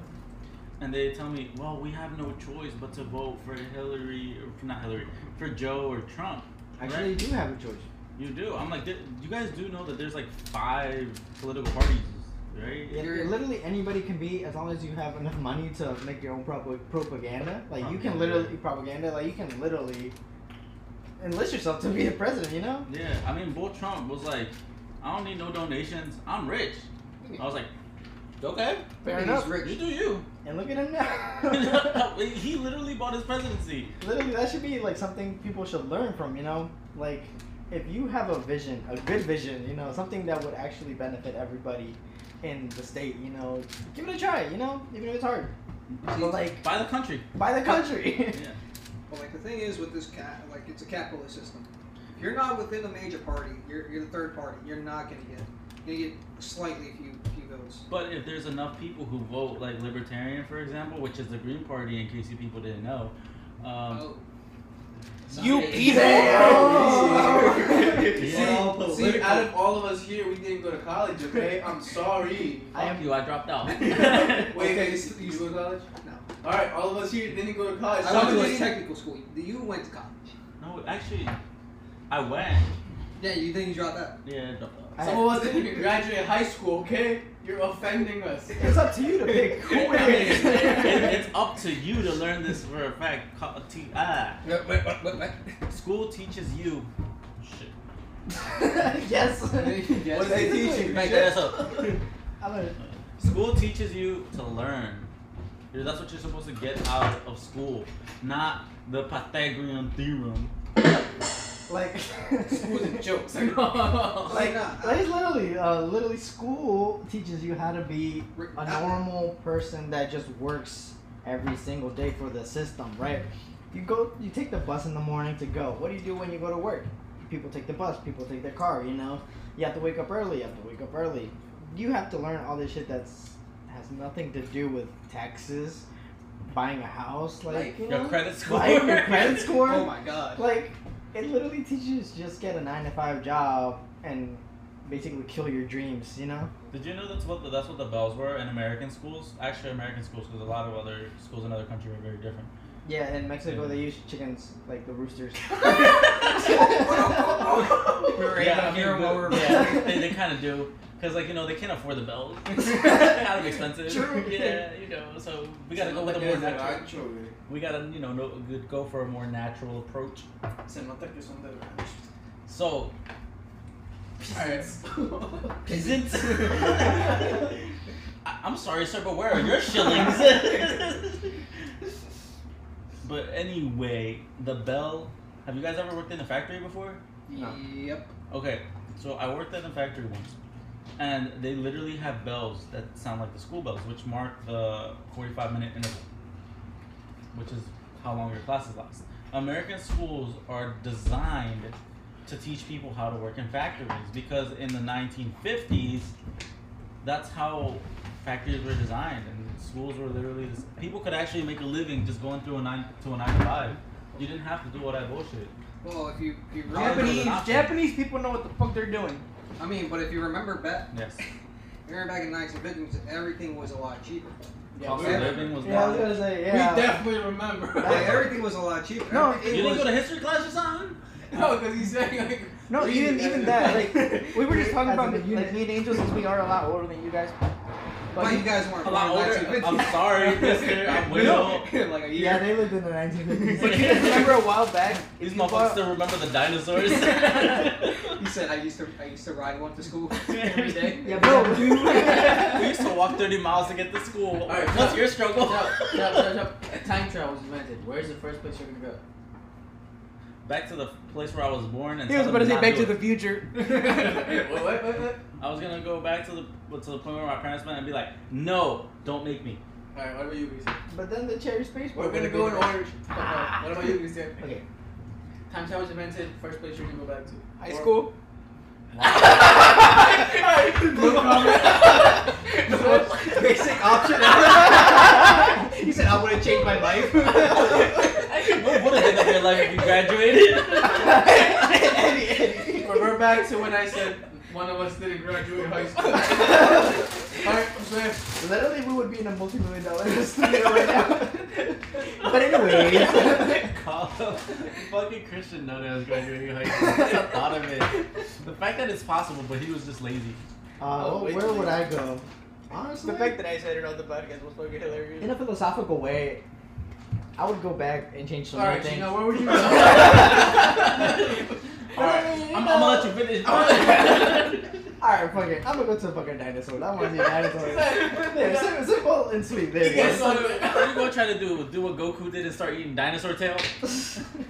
Speaker 4: and they tell me, well, we have no choice but to vote for Hillary, or for not Hillary, for Joe or Trump.
Speaker 1: Actually, you do have a choice.
Speaker 4: You do. I'm like, "Th- you guys do know that there's like five political parties, right?
Speaker 1: Yeah,
Speaker 3: You're-
Speaker 1: literally anybody can be as long as you have enough money to make your own propa- propaganda. Like you can
Speaker 4: Propaganda.
Speaker 1: literally propaganda. Like you can literally enlist yourself to be a president. You know.
Speaker 4: Yeah, I mean, Bull Trump was like, I don't need no donations. I'm rich. I was like, Okay.
Speaker 2: Fair
Speaker 3: He's
Speaker 2: enough.
Speaker 4: You
Speaker 3: rich.
Speaker 4: do you.
Speaker 1: And look at him now.
Speaker 4: he literally bought his presidency.
Speaker 1: Literally, that should be like something people should learn from. You know, like if you have a vision, a good vision, you know, something that would actually benefit everybody in the state. You know, give it a try. You know, even if it's hard. But like,
Speaker 4: By the country.
Speaker 1: by the country.
Speaker 4: Yeah.
Speaker 3: But like the thing is with this cat, like it's a capitalist system. If you're not within a major party, you're, you're the third party. You're not gonna get you get slightly few few votes.
Speaker 4: But if there's enough people who vote, like Libertarian, for example, which is the Green Party, in case you people didn't know, um,
Speaker 5: Oh.
Speaker 2: You
Speaker 5: Sorry.
Speaker 2: people!
Speaker 1: Damn!
Speaker 5: See,
Speaker 4: Yeah.
Speaker 5: see, out of all of us here, we didn't go to college, okay? I'm sorry.
Speaker 4: I am you. I dropped out.
Speaker 5: Wait, okay. you, s- you go to college?
Speaker 3: No.
Speaker 5: All right, all of us here didn't go to college.
Speaker 3: I went
Speaker 5: Someone
Speaker 3: to a
Speaker 5: didn't-
Speaker 3: technical school. You went to college.
Speaker 4: no, actually, I went.
Speaker 3: Yeah, you think you dropped that?
Speaker 4: Yeah, I dropped out.
Speaker 5: Some of us didn't even graduate high school, okay? You're offending us.
Speaker 1: It's up to you to pick who it
Speaker 4: It-
Speaker 1: is.
Speaker 4: it's up to you to learn this for a fact. Co- T- ah. School teaches you. Shit.
Speaker 1: yes.
Speaker 5: Yes.
Speaker 1: What did they teach you?
Speaker 4: Back that ass up.
Speaker 1: I learned.
Speaker 4: School teaches you to learn. You know, That's what you're supposed to get out of school, not the Pythagorean theorem.
Speaker 1: Like,
Speaker 5: Wasn't jokes. Oh,
Speaker 1: like,
Speaker 3: Nah.
Speaker 1: that is literally, uh, literally, school teaches you how to be
Speaker 3: Re-
Speaker 1: a normal person that just works every single day for the system, right? You go, you take the bus in the morning to go. What do you do when you go to work? People take the bus, people take their car. You know, you have to wake up early. You have to wake up early. You have to learn all this shit that's has nothing to do with taxes, buying a house, like
Speaker 5: Like
Speaker 1: you
Speaker 4: Your
Speaker 1: know,
Speaker 4: credit score.
Speaker 1: like your credit score.
Speaker 5: oh my god.
Speaker 1: Like, it literally teaches you to just get a nine to five job and basically kill your dreams, you know?
Speaker 4: Did you know that's what the, that's what the bells were in American schools? Actually, American schools, because a lot of other schools in other countries are very different.
Speaker 1: Yeah, in Mexico they use chickens, like the roosters.
Speaker 3: We're
Speaker 4: Yeah,
Speaker 3: yeah,
Speaker 4: I
Speaker 3: here
Speaker 4: mean,
Speaker 3: while we're
Speaker 4: yeah, they, they kind of do, because like you know they can't afford the bells. kind of expensive.
Speaker 1: True.
Speaker 4: Yeah, you know, so we gotta go with a
Speaker 5: Like,
Speaker 4: more
Speaker 5: there's a
Speaker 4: natural.
Speaker 5: rancho, güey.
Speaker 4: We gotta you know no, good- go for a more natural approach.
Speaker 5: Se nota que son del rancho.
Speaker 4: So
Speaker 5: All right.
Speaker 4: peasants. I, I'm sorry, sir, but where are your shillings? but anyway, the bell. Have you guys ever worked in a factory before?
Speaker 3: Yep.
Speaker 4: Okay, so I worked at a factory once, and they literally have bells that sound like the school bells, which mark the 45 minute interval, which is how long your classes last. American schools are designed to teach people how to work in factories because in the 1950s, that's how factories were designed, and schools were literally people could actually make a living just going through a nine to a nine to five. You didn't have to do all that bullshit.
Speaker 3: Well, if you if you remember,
Speaker 2: Japanese,
Speaker 4: Yeah.
Speaker 2: Japanese people know what the fuck they're doing.
Speaker 3: I mean, but if you remember back,
Speaker 4: Yes,
Speaker 3: remember back in 1950s, everything was a lot cheaper.
Speaker 4: cost
Speaker 5: we-
Speaker 4: of living was
Speaker 1: yeah, I
Speaker 4: not
Speaker 1: was gonna say,
Speaker 5: We
Speaker 1: yeah.
Speaker 5: definitely remember.
Speaker 3: Like everything was a lot cheaper.
Speaker 2: No,
Speaker 3: Everything
Speaker 4: you
Speaker 3: was-
Speaker 4: didn't go to history class or something?
Speaker 5: no, because he's saying like.
Speaker 2: No,
Speaker 5: reading
Speaker 2: even
Speaker 5: as
Speaker 2: even
Speaker 5: a-
Speaker 2: that. Like we were just talking
Speaker 1: As in
Speaker 2: about the
Speaker 1: the
Speaker 2: like,
Speaker 1: unit.
Speaker 2: me and Angel since we are a lot older than you guys. But
Speaker 3: Why you guys weren't
Speaker 4: A lot
Speaker 3: born in
Speaker 4: older. I'm
Speaker 3: 1950s?
Speaker 4: sorry, mister. I'm way old.
Speaker 5: like a
Speaker 1: Yeah, they lived in the 1950s.
Speaker 2: but you guys remember a while back?
Speaker 4: These
Speaker 2: you
Speaker 4: motherfuckers
Speaker 2: bought-
Speaker 4: still remember the dinosaurs.
Speaker 3: He said I used to I used to ride one to school.
Speaker 5: every day.
Speaker 1: yeah, bro, dude.
Speaker 4: we used to walk 30 miles to get to school.
Speaker 5: Alright,
Speaker 4: What's
Speaker 5: stop.
Speaker 4: your struggle?
Speaker 5: Shut up, shut up, shut up, shut up. Time travel was invented. Where's the first place you're gonna go?
Speaker 4: Back to the place where I was born. And
Speaker 2: He was
Speaker 4: tell
Speaker 2: about to
Speaker 4: them
Speaker 2: say Back
Speaker 4: not
Speaker 2: to
Speaker 4: do
Speaker 2: the
Speaker 4: it.
Speaker 2: Future.
Speaker 5: what, what, what, what?
Speaker 4: I was gonna go back to the to the point where my parents went and be like, no, don't make me.
Speaker 5: Alright, what about you, Lisa?
Speaker 1: But then the cherry space
Speaker 5: We're
Speaker 1: boat
Speaker 5: gonna
Speaker 1: would've
Speaker 5: go in
Speaker 1: been-
Speaker 5: order. Fuck off. What about
Speaker 1: Ah.
Speaker 5: you, Lisa?
Speaker 1: Okay.
Speaker 5: Time travel was invented. First place you're gonna go back to.
Speaker 2: High
Speaker 5: Or-
Speaker 2: school.
Speaker 5: No comment.
Speaker 3: Basic option. he said I would have changed my life.
Speaker 4: What would have been of your life if you graduated?
Speaker 5: But we're back to when I said one of us didn't graduate high school. Alright, I'm sorry.
Speaker 1: Literally, we would be in a multi-million dollar studio right now. but anyway,
Speaker 4: Call fucking Christian know that I was graduating high school. I just thought of it. The fact that it's possible, but he was just lazy.
Speaker 1: uh,
Speaker 5: Oh, wait
Speaker 1: where
Speaker 5: till
Speaker 1: would
Speaker 5: you-
Speaker 1: I go? Honestly,
Speaker 2: The fact that I said it on the podcast was fucking hilarious.
Speaker 1: in a philosophical way, I would go back and change some more
Speaker 5: Alright,
Speaker 1: things.
Speaker 5: Gina, where would you
Speaker 4: Alright, I'm, I'm gonna let you finish.
Speaker 5: go?
Speaker 1: Alright, fuck it. I'm gonna go to a fucking dinosaur. I wanna see a dinosaur. there, sim- simple and sweet. There
Speaker 4: What
Speaker 1: you
Speaker 4: you
Speaker 1: go.
Speaker 4: gonna- what you gonna try to do? Do what Goku did and start eating dinosaur tail?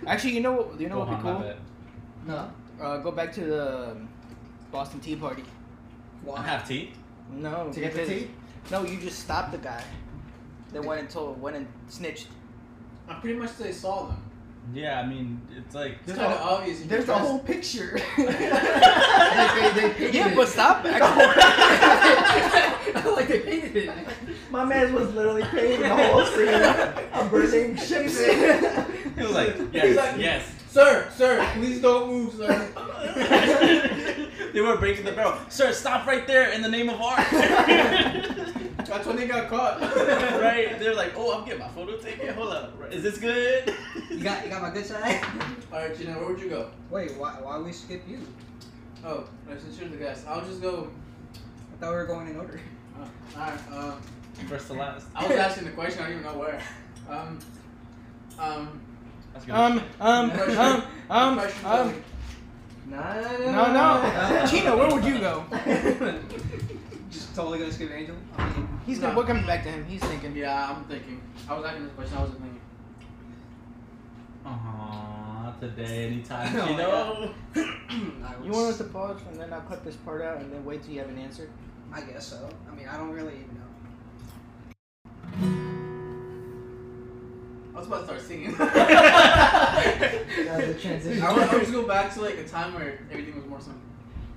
Speaker 2: Actually, you know what? You know what
Speaker 4: Gohan,
Speaker 2: would be
Speaker 4: my
Speaker 2: cool?
Speaker 4: bad.
Speaker 1: no.
Speaker 2: Uh, go back to the um, Boston Tea Party.
Speaker 4: I
Speaker 3: Why?
Speaker 4: have teeth.
Speaker 2: No.
Speaker 1: To get the
Speaker 2: because-
Speaker 1: tea?
Speaker 2: No, you just stopped the guy. Then went and told, went and snitched.
Speaker 5: I pretty much they saw them.
Speaker 4: Yeah, I mean, it's like.
Speaker 5: It's
Speaker 1: There's
Speaker 5: kind of
Speaker 1: a-
Speaker 5: obvious. if you
Speaker 1: There's the
Speaker 5: press-
Speaker 1: whole picture.
Speaker 3: They- they- they painted
Speaker 2: Yeah,
Speaker 3: it.
Speaker 2: but stop.
Speaker 3: like they painted it.
Speaker 1: My man was literally painting the whole scene of burning ships.
Speaker 4: He was like,
Speaker 5: He's
Speaker 4: yes,
Speaker 5: like-
Speaker 4: yes.
Speaker 5: Sir, sir, please don't move, sir.
Speaker 4: they were breaking the barrel. Sir, stop right there in the name of art.
Speaker 5: That's when they got caught.
Speaker 4: right? They're like, oh, I'm getting my photo taken. Hold up. Right, Is this good?
Speaker 3: You got, you got my good side.
Speaker 5: All right, Gina, where would you go?
Speaker 3: Wait, why, why we skip you?
Speaker 5: Oh, right, since you're the guest, I'll just go.
Speaker 3: I thought we were going in order.
Speaker 5: Uh, all right. Um,
Speaker 4: First to last.
Speaker 5: I was asking the question. I don't even know where. Um, um,
Speaker 4: That's good.
Speaker 2: um, um, um, um,
Speaker 5: question
Speaker 2: um.
Speaker 3: Nah,
Speaker 2: No, no. Chino, where would you go?
Speaker 3: Just totally gonna skip Angel. I mean,
Speaker 2: He's gonna.
Speaker 5: No.
Speaker 2: What comes back to him? He's thinking.
Speaker 5: Yeah, I'm thinking. I was asking this question. I wasn't thinking.
Speaker 4: Aww, today, anytime.
Speaker 3: Oh
Speaker 4: you
Speaker 3: my
Speaker 4: know?
Speaker 3: hmm, I
Speaker 2: You
Speaker 3: would
Speaker 2: want us
Speaker 3: s-
Speaker 2: to pause and then I'll cut this part out and then wait till you have an answer.
Speaker 3: I guess so. I mean, I don't really know.
Speaker 5: I was about to start singing.
Speaker 1: That was a transition.
Speaker 5: I want to just go back to like a time where everything was more simple.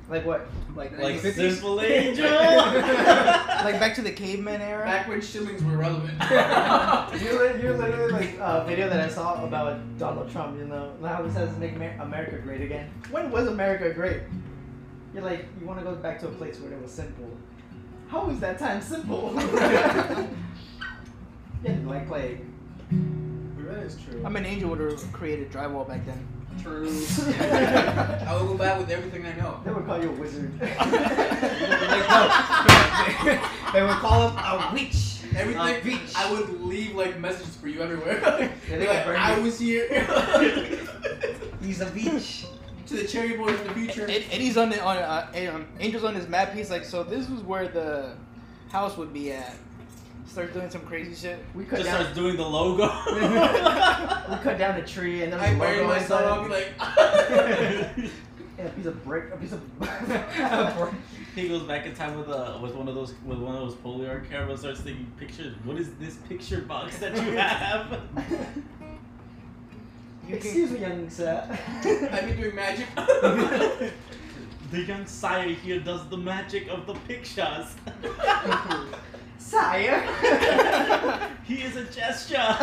Speaker 1: Like what?
Speaker 3: Like,
Speaker 4: Like
Speaker 3: 1950s?
Speaker 4: Simple Angel.
Speaker 2: Like back to the caveman era.
Speaker 5: Back when shillings were relevant.
Speaker 1: You're, li- you're literally like a video that I saw about Donald Trump, you know, how he says make Amer- America great again. When was America great? You're like, you want to go back to a place where it was simple. How was that time simple? yeah, like, like,
Speaker 5: that is true.
Speaker 2: I'm an angel would have created drywall back then.
Speaker 3: True.
Speaker 1: they
Speaker 5: I will go back with everything I know.
Speaker 1: would call you a wizard.
Speaker 3: they would call him a witch.
Speaker 5: Everything.
Speaker 3: A beach.
Speaker 5: I would leave like messages for you everywhere.
Speaker 1: Yeah, they
Speaker 5: like,
Speaker 1: got burned.
Speaker 5: I was here. to
Speaker 3: He's a beach.
Speaker 5: the cherry boys in the future.
Speaker 2: Ed, Eddie's on the on uh, eh, um, Angel's on his map. He's like, so this was where the house would be at. Starts doing some crazy shit.
Speaker 1: we cut
Speaker 4: Just
Speaker 1: down,
Speaker 4: starts doing the logo.
Speaker 1: we cut down a tree and then
Speaker 5: I
Speaker 1: we
Speaker 5: bury
Speaker 1: logo
Speaker 5: myself.
Speaker 1: inside
Speaker 5: I'll
Speaker 1: it.
Speaker 5: be like.
Speaker 1: Yeah, a piece of brick, a piece of.
Speaker 4: he goes back in time with a with one of those with one of those Polaroid cameras. Starts taking pictures. What is this picture box that you have?
Speaker 2: You can,
Speaker 1: Excuse me, young sir.
Speaker 5: I've been doing magic.
Speaker 4: the young sire here does the magic of the pictures.
Speaker 1: Sire.
Speaker 4: he is a gesture.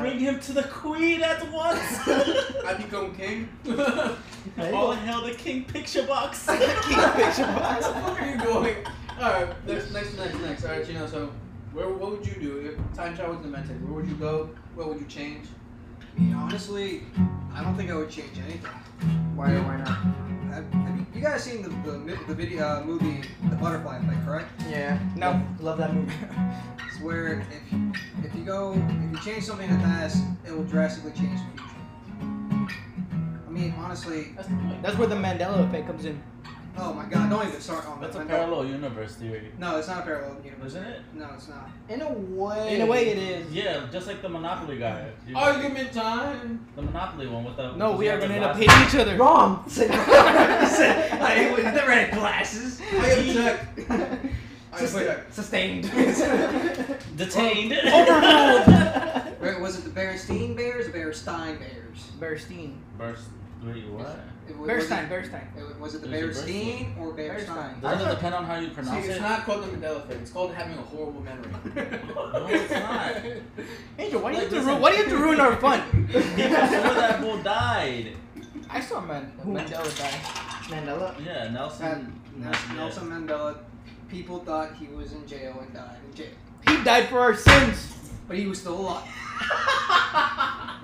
Speaker 4: Bring him to the queen at once.
Speaker 5: I become king.
Speaker 4: All hail the king picture box.
Speaker 5: Where the fuck are you going? Alright, next, next, next, next. Alright, Gino, so where, what would you do if time travel was invented? Where would you go? What would you change?
Speaker 3: Honestly, I don't think I would change anything.
Speaker 1: Why or why not?
Speaker 3: Have, have you, you guys seen the the, mi- the video uh, movie The Butterfly Effect, correct?
Speaker 2: yeah. No.
Speaker 1: Love that movie.
Speaker 3: It's where if if you go if you change something in the past, it will drastically change the future. I mean, honestly,
Speaker 5: That's the point.
Speaker 2: That's where the Mandela effect comes in.
Speaker 3: oh my god, don't even start on
Speaker 4: That's a
Speaker 3: that.
Speaker 4: parallel universe theory,
Speaker 3: No, it's not a parallel universe.
Speaker 4: Oh, isn't it?
Speaker 3: No, it's not.
Speaker 1: In a way.
Speaker 2: In a way, it is.
Speaker 4: Yeah, just like the Monopoly guy. You-
Speaker 5: Argument time!
Speaker 4: The Monopoly one with the.
Speaker 2: No,
Speaker 4: with
Speaker 2: we
Speaker 4: the
Speaker 2: are gonna end up
Speaker 4: glasses.
Speaker 2: hating each other.
Speaker 1: Wrong.
Speaker 3: I never had glasses.
Speaker 5: I object! I
Speaker 1: Sustained.
Speaker 5: object.
Speaker 1: Sustained.
Speaker 4: Detained.
Speaker 1: Oh,
Speaker 3: Where, was it the Berenstain Bears or Berestein Bears?
Speaker 2: Berstein.
Speaker 4: Burst. Wait, what?
Speaker 3: It, wa- was,
Speaker 2: Berstein.
Speaker 3: it,
Speaker 2: Berstein.
Speaker 3: it, was it the
Speaker 4: There's a
Speaker 3: Berestein or Berestein?
Speaker 4: Doesn't it depend on how you
Speaker 5: See,
Speaker 4: pronounce
Speaker 5: it's
Speaker 4: it?
Speaker 5: not called the Mandela effect. It's called having a horrible memory. no,
Speaker 4: it's not.
Speaker 2: Angel, why do you
Speaker 4: Like,
Speaker 2: have to
Speaker 4: listen.
Speaker 2: ruin? Why do you have to ruin our fun?
Speaker 4: He just saw that bull died.
Speaker 2: I saw Man-
Speaker 1: Who?
Speaker 2: Mandela die.
Speaker 1: Mandela.
Speaker 4: Yeah, Nelson.
Speaker 3: Nelson, Nelson Mandela. People thought he was in jail and died in jail,
Speaker 2: He died for our sins.
Speaker 3: but he was still alive.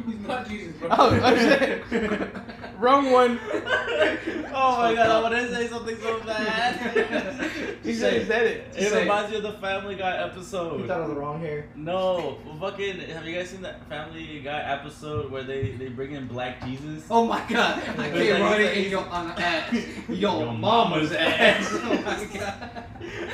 Speaker 5: He's not Jesus, bro.
Speaker 2: Oh, I'm sorry. Wrong one.
Speaker 4: oh my god, I want to say something so bad.
Speaker 2: He said he said it.
Speaker 4: It
Speaker 5: Say it.
Speaker 4: reminds me of the Family Guy
Speaker 1: You thought
Speaker 4: episode.
Speaker 1: of the wrong hair.
Speaker 4: No, fucking. Have you guys seen that Family Guy episode where they they bring in Black Jesus?
Speaker 3: Oh my god, I
Speaker 4: It's like-
Speaker 3: can't run it in your on the ass. Your,
Speaker 4: Your
Speaker 3: mama's
Speaker 4: mama's
Speaker 3: ass.
Speaker 4: ass.
Speaker 3: Oh my god.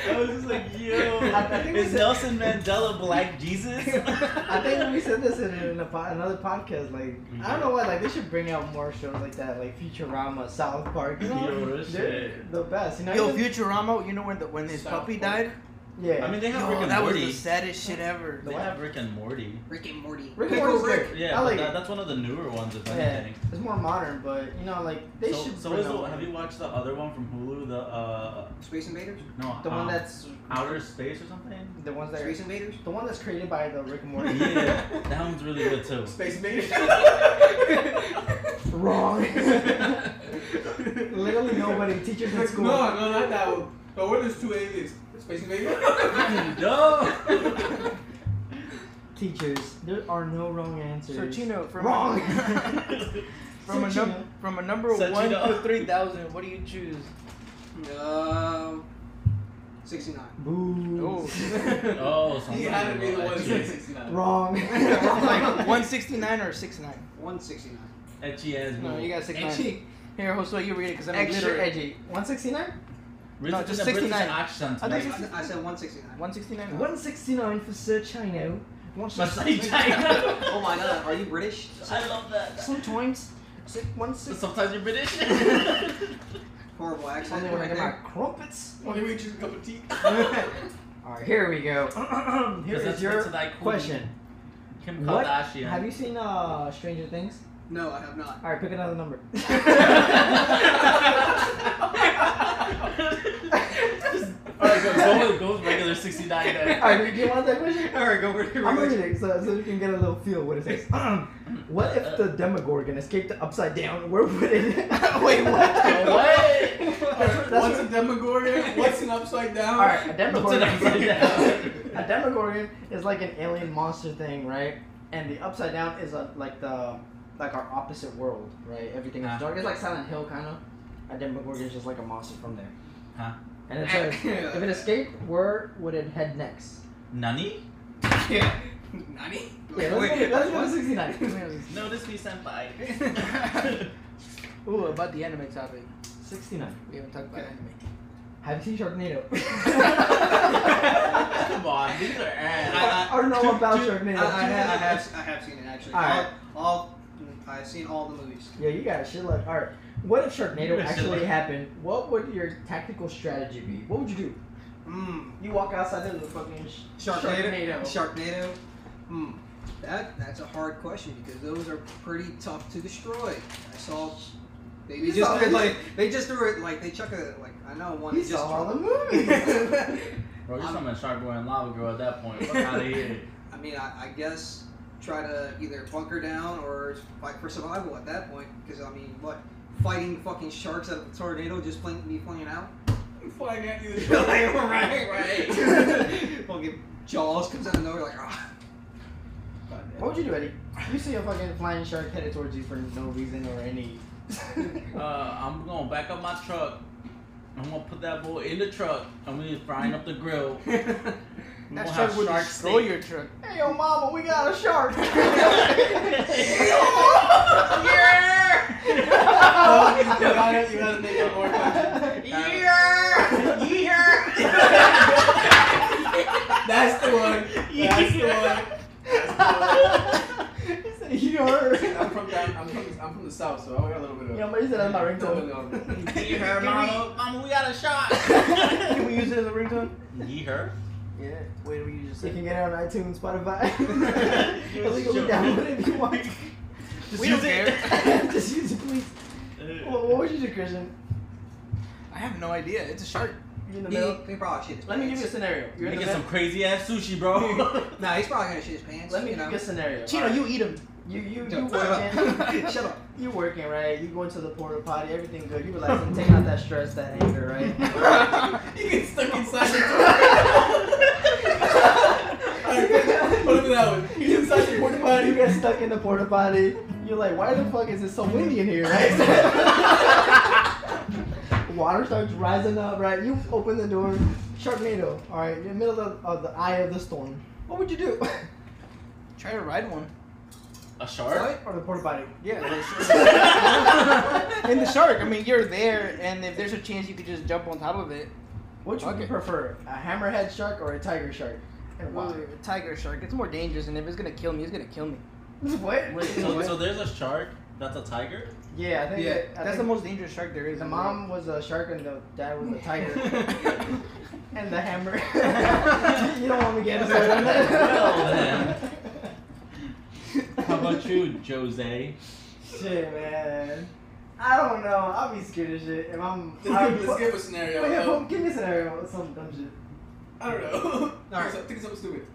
Speaker 4: I was just like, yo,
Speaker 1: I- I think we
Speaker 4: is
Speaker 1: said-
Speaker 4: Nelson Mandela Black Jesus?
Speaker 1: I think we said this in, in a po- another podcast. Like, I don't know why. Like, they should bring out more shows like that, like Futurama, South Park. You know,
Speaker 4: Yo, this
Speaker 1: they're
Speaker 4: shit.
Speaker 1: the best. You know,
Speaker 2: Yo,
Speaker 1: even-
Speaker 2: Futurama, you know when the, when his
Speaker 5: South
Speaker 2: puppy
Speaker 5: Park.
Speaker 2: died?
Speaker 1: yeah.
Speaker 4: I mean, they have Rick
Speaker 2: Yo,
Speaker 4: and
Speaker 2: that was
Speaker 4: Morty.
Speaker 2: the saddest shit ever.
Speaker 4: They have Rick and Morty.
Speaker 3: Rick and Morty.
Speaker 1: Rick and
Speaker 3: Pickle
Speaker 1: Morty's
Speaker 3: Rick.
Speaker 1: good.
Speaker 4: Yeah,
Speaker 1: I
Speaker 4: but
Speaker 1: like
Speaker 4: that,
Speaker 1: it.
Speaker 4: that's one of the newer ones, if
Speaker 1: Yeah.
Speaker 4: anything.
Speaker 1: It's more modern, but you know, like they
Speaker 4: so,
Speaker 1: should.
Speaker 4: so
Speaker 1: bring
Speaker 4: is the,
Speaker 1: out-
Speaker 4: have you watched the other one from Hulu? The uh,
Speaker 3: Space Invaders?
Speaker 4: no,
Speaker 1: the
Speaker 4: um,
Speaker 1: one that's
Speaker 4: outer space or something.
Speaker 1: the ones that are,
Speaker 3: Space Invaders?
Speaker 1: the one that's created by the Rick and Morty.
Speaker 4: Yeah, that one's really good too.
Speaker 5: Space Invaders.
Speaker 1: Wrong. Literally nobody teachers in school.
Speaker 5: No, no, not that one. But what is two aliens? Space Invaders.
Speaker 4: Oh, no.
Speaker 1: Teachers, there are no wrong answers.
Speaker 2: So Chino, from
Speaker 1: Wrong.
Speaker 2: from a
Speaker 1: Chino.
Speaker 2: num- from a number
Speaker 4: So
Speaker 2: one
Speaker 4: Chino.
Speaker 2: to three thousand, what do you choose?
Speaker 3: Um, 69.
Speaker 1: Boo.
Speaker 4: oh, something.
Speaker 5: He had to be the one
Speaker 4: etchy.
Speaker 5: doing 69.
Speaker 1: Wrong.
Speaker 2: like one sixty nine or six nine?
Speaker 3: 169.
Speaker 4: Etchy as
Speaker 2: No, you got six nine.
Speaker 5: Edgy.
Speaker 2: Here, Josue, you read it because I'm
Speaker 1: Extra
Speaker 2: illiterate.
Speaker 1: edgy. 169?
Speaker 2: No, just 69. I
Speaker 3: I, I
Speaker 2: think
Speaker 3: said 169.
Speaker 2: One sixty nine.
Speaker 1: 169 for Sir Chino.
Speaker 4: Masai China.
Speaker 3: Oh my god, are you British?
Speaker 4: I love that.
Speaker 1: Sometimes. It's like 169.
Speaker 4: Sometimes you're British.
Speaker 3: Horrible
Speaker 1: And
Speaker 3: accent
Speaker 1: then when I
Speaker 3: right
Speaker 1: get my
Speaker 3: there.
Speaker 1: crumpets.
Speaker 5: Only we choose a cup of tea.
Speaker 1: Alright, here we go. here
Speaker 4: Because
Speaker 1: is
Speaker 4: that's
Speaker 1: your
Speaker 4: to that queen,
Speaker 1: question.
Speaker 4: Kim
Speaker 1: What
Speaker 4: Kardashian.
Speaker 1: Have you seen uh, Stranger Things?
Speaker 3: No, I have not.
Speaker 1: Alright, pick another number.
Speaker 4: Alright, so go with goes regular 69 then.
Speaker 1: Alright, do you want that question?
Speaker 3: Alright, go over
Speaker 1: I'm reading so, so you can get a little feel what it says. what if the Demogorgon escaped upside down? Where would it? Wait,
Speaker 4: Oh,
Speaker 1: That's what-
Speaker 5: What's a Demogorgon? What's an upside down?
Speaker 1: Alright, a
Speaker 4: What's an upside
Speaker 1: Demogorgon.
Speaker 4: down?
Speaker 1: a Demogorgon is like an alien monster thing, right? And the upside down is a, like the like our opposite world, right? Everything is
Speaker 4: Huh.
Speaker 1: dark. It's like Silent Hill, kind of. A Demogorgon is just like a monster from there.
Speaker 4: Huh.
Speaker 1: And it says, if it escaped, where would it head next?
Speaker 4: Nani?
Speaker 3: Yeah. Nani?
Speaker 1: Yeah, let's go- let's go to 69.
Speaker 4: No, this be senpai.
Speaker 2: Ooh, about the anime topic.
Speaker 1: 69.
Speaker 2: We haven't talked about
Speaker 3: Okay.
Speaker 2: anime.
Speaker 1: Have you seen Sharknado?
Speaker 4: Come on, these are ass.
Speaker 3: I-
Speaker 1: or know about Sharknado.
Speaker 3: I, I,
Speaker 4: uh,
Speaker 3: have, I, have, I have seen it actually.
Speaker 1: Alright.
Speaker 3: All, all, I've seen all the movies.
Speaker 1: Yeah, you got a shitload. All right. What if
Speaker 4: You
Speaker 1: Sharknado
Speaker 4: got a
Speaker 1: actually
Speaker 4: shitload.
Speaker 1: happened? What would your tactical strategy be? What would you do?
Speaker 3: Mmm.
Speaker 1: You walk outside of the fucking sh-
Speaker 3: Sharknado. Sharknado. Hmm. That that's a hard question because those are pretty tough to destroy. I saw they, they
Speaker 1: You
Speaker 3: just
Speaker 1: saw
Speaker 3: threw it
Speaker 1: it.
Speaker 3: like they just threw it like they chuck it like I know one
Speaker 1: You
Speaker 3: just
Speaker 1: saw all the
Speaker 3: threw-
Speaker 1: movies.
Speaker 4: Bro, you're talking about Shark Boy and Lava Girl at that point. Fuck out of here.
Speaker 3: I mean I, I guess try to either bunker down or fight for survival at that point because I mean what fighting fucking sharks out of a tornado just playing me playing out.
Speaker 5: I'm flying at you. This
Speaker 3: Like, right, right. fucking jaws comes out of nowhere like ah.
Speaker 1: what would you do, Eddie? You see a fucking flying shark headed towards you for no reason or any.
Speaker 4: Uh, I'm gonna back up my truck. I'm gonna put that boy in the truck. I'm gonna be frying up the grill. We're
Speaker 2: That
Speaker 4: gonna
Speaker 2: truck
Speaker 4: have
Speaker 2: would
Speaker 4: shark
Speaker 2: destroy
Speaker 4: steak.
Speaker 2: your truck.
Speaker 1: hey, yo, mama, we got a shark.
Speaker 5: Oh, you gotta, you gotta make it more country. That's the one. That's the one.
Speaker 1: He said, "You're-"
Speaker 5: I'm from down, I'm from I'm from the south, so I got a little bit of.
Speaker 1: Yeah, but he said that's my ringtone.
Speaker 4: Yee her, mama. Mama, we got a shot.
Speaker 2: Can we use it as a ringtone?
Speaker 4: Yee her.
Speaker 2: Yeah. Wait, we use
Speaker 1: You
Speaker 2: it.
Speaker 1: can get it on iTunes, Spotify.
Speaker 4: You're
Speaker 1: Illegally
Speaker 4: joking.
Speaker 1: download it if you want.
Speaker 4: Just
Speaker 2: We
Speaker 4: use
Speaker 2: don't care.
Speaker 1: Just use it, please.
Speaker 4: it.
Speaker 1: What, what would you do, Christian?
Speaker 2: I have no idea. It's a shark.
Speaker 1: You in the
Speaker 3: He,
Speaker 1: middle.
Speaker 3: he probably shit his
Speaker 1: Let me give
Speaker 3: pants.
Speaker 1: you a scenario. You're in
Speaker 4: Making
Speaker 1: the
Speaker 4: some
Speaker 1: middle.
Speaker 4: crazy ass sushi, bro.
Speaker 3: Nah, he's probably gonna shit his pants.
Speaker 1: Let me
Speaker 3: you
Speaker 1: give
Speaker 3: know.
Speaker 1: you a scenario.
Speaker 2: Chino,
Speaker 1: Alright.
Speaker 2: you eat him.
Speaker 1: you you you
Speaker 3: Shut
Speaker 1: working.
Speaker 3: up. Shut up.
Speaker 1: You working right? You going to the porta potty? Everything good? You relaxing? Taking out that stress, that anger, right?
Speaker 5: you get stuck inside the truck. Alright, good. What about that one? He's inside the porta
Speaker 1: you
Speaker 5: potty.
Speaker 1: get stuck in the porta potty. You're like, why the fuck is it so windy in here, right? water starts rising up, right? You open the door, Sharknado, all right, in the middle of, of the eye of the storm. What would you do?
Speaker 2: Try to ride one.
Speaker 4: A shark?
Speaker 1: or the porta potty?
Speaker 2: Yeah. and the shark. I mean, you're there, and if there's a chance you could just jump on top of it.
Speaker 1: Which would you
Speaker 2: Okay.
Speaker 1: prefer, a hammerhead shark or a tiger shark? And why?
Speaker 2: Ooh, a tiger shark. It's more dangerous, and if it's gonna kill me, it's gonna kill me.
Speaker 1: What?
Speaker 4: Wait, so, so there's a shark that's a tiger?
Speaker 1: yeah, I think
Speaker 5: Yeah,
Speaker 1: that- I
Speaker 2: That's the
Speaker 1: think
Speaker 2: most dangerous shark there is.
Speaker 1: The mom was a shark and the dad was a tiger and the hammer. you don't want me getting started on that.
Speaker 4: Well, then. How about you, Jose?
Speaker 1: Shit, man. I don't know. I'll be scared of shit if I'm. I-
Speaker 5: Let's give, let's give a scenario.
Speaker 1: Wait, yeah,
Speaker 5: though.
Speaker 1: but give me a scenario. Some dumb shit.
Speaker 5: I don't know.
Speaker 1: Alright.
Speaker 5: Think some- Think something stupid.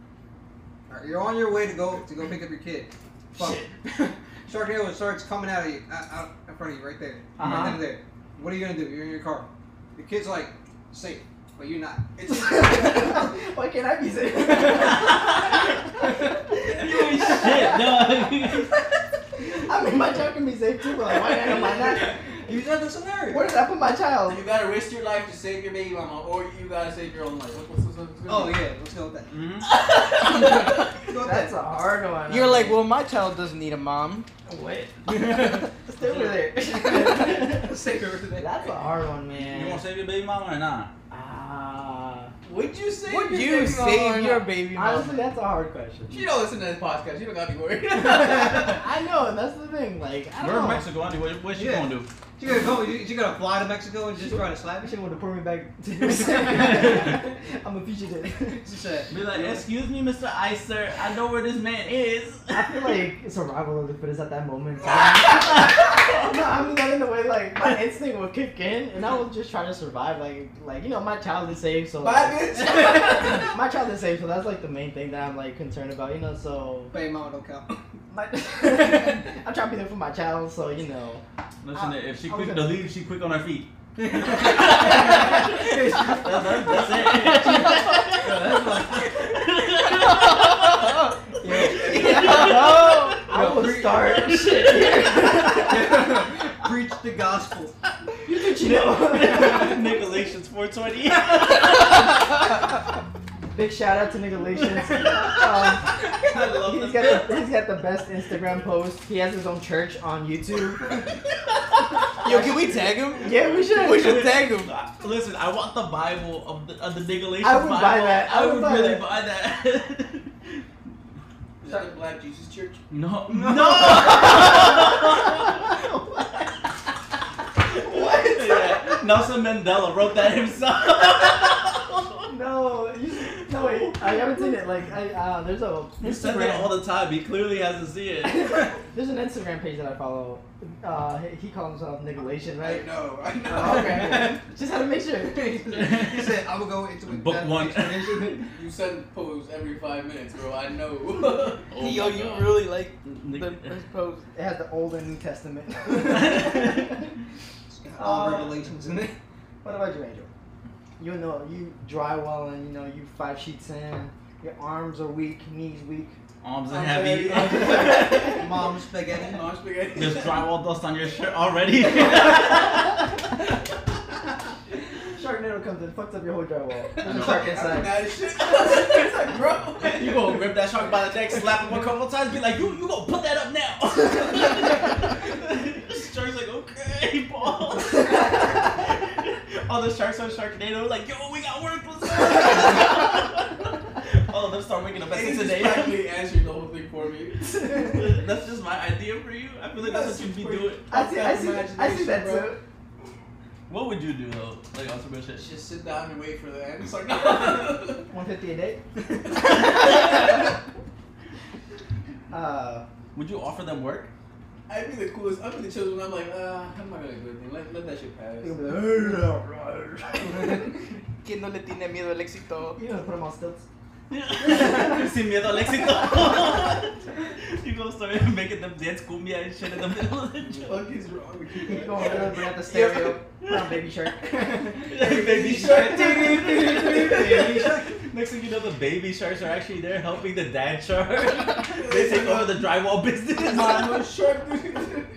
Speaker 3: Alright, you're on your way to go to go pick up your kid. Fuck. Sharknado starts coming out of you, out, out in front of you, right there,
Speaker 1: Uh-huh.
Speaker 3: right there, there. What are you gonna do? You're in your car. The kid's like safe, but you're not.
Speaker 5: It's
Speaker 1: Why can't I be safe?
Speaker 4: Holy shit, no.
Speaker 1: I mean, my child can be safe too, but like, why am I not?
Speaker 3: You done the scenario.
Speaker 1: Where did I put my child?
Speaker 5: you gotta risk your life to save your baby mama, or you gotta save your own life. What- What's, what's, what's, what's
Speaker 3: Oh yeah, let's go with that.
Speaker 4: Mhm.
Speaker 3: Let's go with
Speaker 1: That's
Speaker 3: that.
Speaker 1: a hard one.
Speaker 2: You're like, well, my child doesn't need a mom.
Speaker 1: wait.
Speaker 4: you
Speaker 1: Stay over there.
Speaker 5: Save her today.
Speaker 1: That's a hard one, man.
Speaker 4: want to save your baby mama or not?
Speaker 1: Ah.
Speaker 5: Would you save
Speaker 2: Would
Speaker 5: your
Speaker 2: you
Speaker 5: baby mama or
Speaker 2: save your
Speaker 5: not?
Speaker 2: baby
Speaker 1: Honestly,
Speaker 2: mom?
Speaker 1: that's a hard question.
Speaker 5: She don't listen to this podcast. You don't gotta be worried.
Speaker 1: I know, and that's the thing. Like, I don't
Speaker 4: We're in
Speaker 1: know.
Speaker 4: Mexico, Andy. What, what's she
Speaker 3: Yeah.
Speaker 4: gonna do?
Speaker 3: You gonna go? You, you gonna fly to Mexico and just try to slap
Speaker 1: That
Speaker 3: me?
Speaker 1: shit would have put me back. to- I'm a fugitive.
Speaker 3: She said,
Speaker 4: Be like, excuse me, Mr. Icer, I know where this man is.
Speaker 1: I feel like survival of the fittest at that moment. no, I mean that in the way like my instinct would kick in, and I was just trying to survive. Like, like you know, my child is safe, so
Speaker 5: Bye,
Speaker 1: like-
Speaker 5: bitch.
Speaker 1: my child is safe, so that's like the main thing that I'm like concerned about. You know, so
Speaker 3: "Baby mama, don't count."
Speaker 1: my, I'm trying to be there for my child, so you know.
Speaker 4: Listen, if she
Speaker 1: I was
Speaker 4: quick to
Speaker 1: gonna-
Speaker 4: leave, she quick on her feet.
Speaker 1: That's-
Speaker 4: that's- that's it.
Speaker 1: I will start shit here.
Speaker 3: Preach the gospel.
Speaker 1: you think you know?
Speaker 4: Nicolations 420.
Speaker 1: Big shout out to Nicolations. Um,
Speaker 4: I love
Speaker 1: he's
Speaker 4: this
Speaker 1: got the,
Speaker 4: man.
Speaker 1: he's got the best Instagram post. He has his own church on YouTube.
Speaker 2: Yo, can we tag him?
Speaker 1: Yeah, we should.
Speaker 2: We should tag him.
Speaker 4: Listen, I want the Bible of the, of the Nicolations
Speaker 1: I would
Speaker 4: Bible.
Speaker 1: buy that. I
Speaker 4: I
Speaker 1: would
Speaker 4: would
Speaker 1: buy
Speaker 4: really
Speaker 1: that.
Speaker 4: buy that.
Speaker 5: Is that the Black Jesus Church?
Speaker 4: no.
Speaker 3: No.
Speaker 1: What?
Speaker 4: Yeah, Nelson Mandela wrote that himself.
Speaker 1: No, you, no wait. I haven't seen it. Like, I uh, there's a
Speaker 4: He said that all the time. He clearly hasn't seen it.
Speaker 1: there's an Instagram page that I follow. Uh, he- he calls himself Nicolation, right?
Speaker 5: know. I
Speaker 1: Oh, okay. Just had to make sure.
Speaker 3: She said, "I will go into it."
Speaker 4: Book one.
Speaker 5: you send pose every five minutes, bro. I know.
Speaker 4: Oh
Speaker 2: Yo,
Speaker 4: my
Speaker 2: you
Speaker 4: God.
Speaker 2: really like
Speaker 4: Nic-
Speaker 2: the his pose.
Speaker 1: It has the Old and New Testament.
Speaker 3: All
Speaker 1: Uh,
Speaker 3: revelations in it.
Speaker 1: what about you, Angel? You know, you drywall and you know you five sheets in. Your arms are weak, knees weak.
Speaker 4: Arms are
Speaker 5: I'm
Speaker 4: heavy.
Speaker 5: very-
Speaker 3: Mom spaghetti.
Speaker 5: Mom spaghetti.
Speaker 4: There's drywall dust on your shirt already.
Speaker 1: Sharknado comes in, fucks up your whole drywall. There's
Speaker 4: I
Speaker 1: a
Speaker 4: know.
Speaker 1: shark
Speaker 5: I'm
Speaker 1: inside.
Speaker 5: mad as shit. it's like, bro.
Speaker 4: you gonna grip that shark by the neck, slap him a couple times, be like, you you gonna put that up now. Shark's like, okay, ball. All the sharks on Sharknado like, yo, we got work. What's up? All of them start waking up at
Speaker 5: And he
Speaker 4: six
Speaker 5: just
Speaker 4: today.
Speaker 5: practically answered the whole thing for me.
Speaker 4: That's just my idea for you. I feel like that's, what you'd be doing.
Speaker 1: I see, I see, I see that too.
Speaker 4: What would you do though? Like on some real shit.
Speaker 5: Just sit down and wait for the end. It's like, no.
Speaker 1: 150 a day. Uh,
Speaker 4: Would you offer them work?
Speaker 5: I'd be the coolest. I'd be the children. I'm like, uh, I'm not gonna do anything. Let, let that shit pass.
Speaker 1: you're gonna be like,
Speaker 2: Quien no le tiene miedo al éxito?
Speaker 1: you gonna put them on stilts.
Speaker 4: Sin miedo al éxito. you gonna start making them dance cumbia and shit in the middle of the show.
Speaker 5: What the fuck is wrong with
Speaker 1: You
Speaker 5: you?
Speaker 1: gonna really bring out the stereo, put on baby shark.
Speaker 4: Like baby shark.
Speaker 5: Baby
Speaker 4: baby
Speaker 5: shark.
Speaker 4: shark. Next thing you know, the baby sharks are actually there helping the dad shark. they take over the drywall business.
Speaker 5: I'm a shark.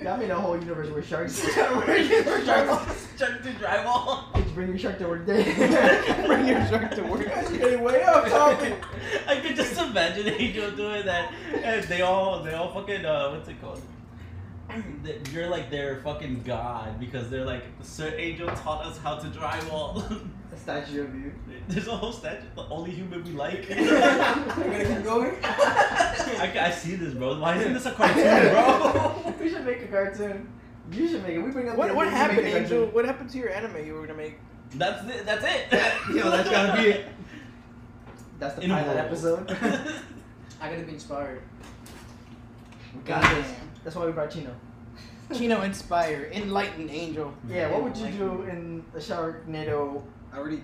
Speaker 1: That made a whole universe where sharks where sharks
Speaker 4: Shark do drywall.
Speaker 1: bring your shark to work day. bring your shark to work.
Speaker 5: We're actually getting way off topic.
Speaker 4: I could just imagine Angel doing that, and they all they all fucking uh, what's it called? They- You're like their fucking god because they're like Sir Angel taught us how to drywall.
Speaker 1: A statue of you.
Speaker 4: There's a whole statue, the only human we like. I,
Speaker 5: We're gonna keep going.
Speaker 4: I see this, bro. Why isn't this a cartoon, bro?
Speaker 1: we should make a cartoon. You should make it. We bring up
Speaker 2: What
Speaker 1: the-
Speaker 2: what
Speaker 1: we should
Speaker 2: happened,
Speaker 1: make a
Speaker 2: Angel?
Speaker 1: cartoon.
Speaker 2: What happened to your anime you were gonna make?
Speaker 4: That's it. That's it.
Speaker 1: Yo, that's gotta be it. That's the
Speaker 4: In a
Speaker 1: pilot
Speaker 4: world.
Speaker 1: episode.
Speaker 5: I gotta be inspired.
Speaker 1: we got this. That's why we brought Chino.
Speaker 2: Chino, inspire, enlighten, Angel.
Speaker 1: Yeah, what would you do in a Sharknado?
Speaker 3: I already,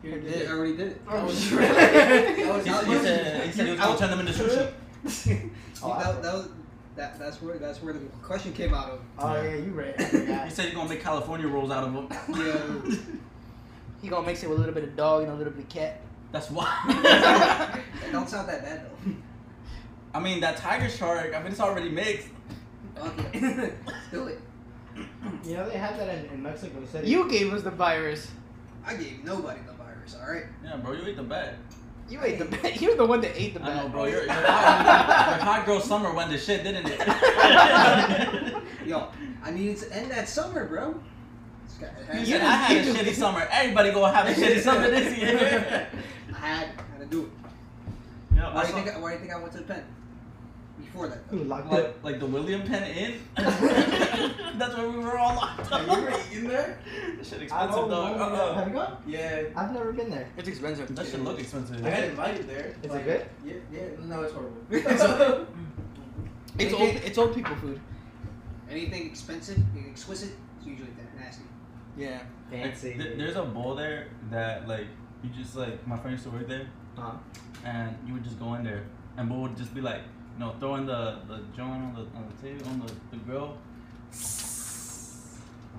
Speaker 5: Here it
Speaker 3: I
Speaker 5: is.
Speaker 3: alady did it.
Speaker 1: Oh,
Speaker 5: That was-
Speaker 1: Sure.
Speaker 5: that was-
Speaker 4: Oh, He said, he said, he said he was gonna turn them into sushi.
Speaker 3: See,
Speaker 1: Oh, I-
Speaker 3: that, that was, that, that's where that's where the question came out of.
Speaker 1: oh yeah, you right. I forgot.
Speaker 4: He said you're gonna make California rolls out of them.
Speaker 3: Yeah.
Speaker 2: He gonna mix it with a little bit of dog and a little bit of cat.
Speaker 4: That's why.
Speaker 3: It don't sound that bad though.
Speaker 4: I mean, that tiger shark, I mean, it's already mixed.
Speaker 3: Okay, do it.
Speaker 1: You know they have that in, in Mexico City.
Speaker 2: You gave us the virus.
Speaker 3: I gave nobody the virus. All right.
Speaker 4: Yeah, bro, you ate the bat.
Speaker 2: You ate the bat. You're the one that ate the
Speaker 4: I
Speaker 2: bat.
Speaker 4: know, bro. Your, your, hot, your hot girl summer went to shit, didn't it?
Speaker 3: Yo, I needed to end that summer, bro. It's got- it
Speaker 4: you
Speaker 3: has-
Speaker 4: said I had a shitty summer. Everybody gonna have a shitty summer this year.
Speaker 3: I had, had to do it.
Speaker 4: No,
Speaker 3: Why do you think? I- Why do you think I went to the pen? Before that,
Speaker 1: You
Speaker 3: though.
Speaker 1: locked up.
Speaker 4: like, like the William Penn Inn? That's where we were all locked
Speaker 5: Have you
Speaker 4: up.
Speaker 5: ever eaten there?
Speaker 4: That shit
Speaker 1: I
Speaker 4: expensive,
Speaker 1: don't
Speaker 4: though.
Speaker 1: know. Oh, Have
Speaker 4: Uh-uh.
Speaker 1: you gone?
Speaker 5: Yeah.
Speaker 1: I've never been there.
Speaker 2: It's expensive.
Speaker 4: That shit look expensive.
Speaker 5: I got invited there.
Speaker 1: Is
Speaker 5: Like,
Speaker 1: it good?
Speaker 5: Yeah, yeah. No, it's horrible.
Speaker 2: It's old. It's old people food.
Speaker 3: anything expensive, anything exquisite, it's usually that nasty.
Speaker 2: Yeah.
Speaker 4: Like, th- there's a bowl there that like you just like my friend used to work there,
Speaker 1: Uh-huh.
Speaker 4: and you would just go in there, and bowl would just be like, you know, throwing the the joint on the on the table on the, the grill.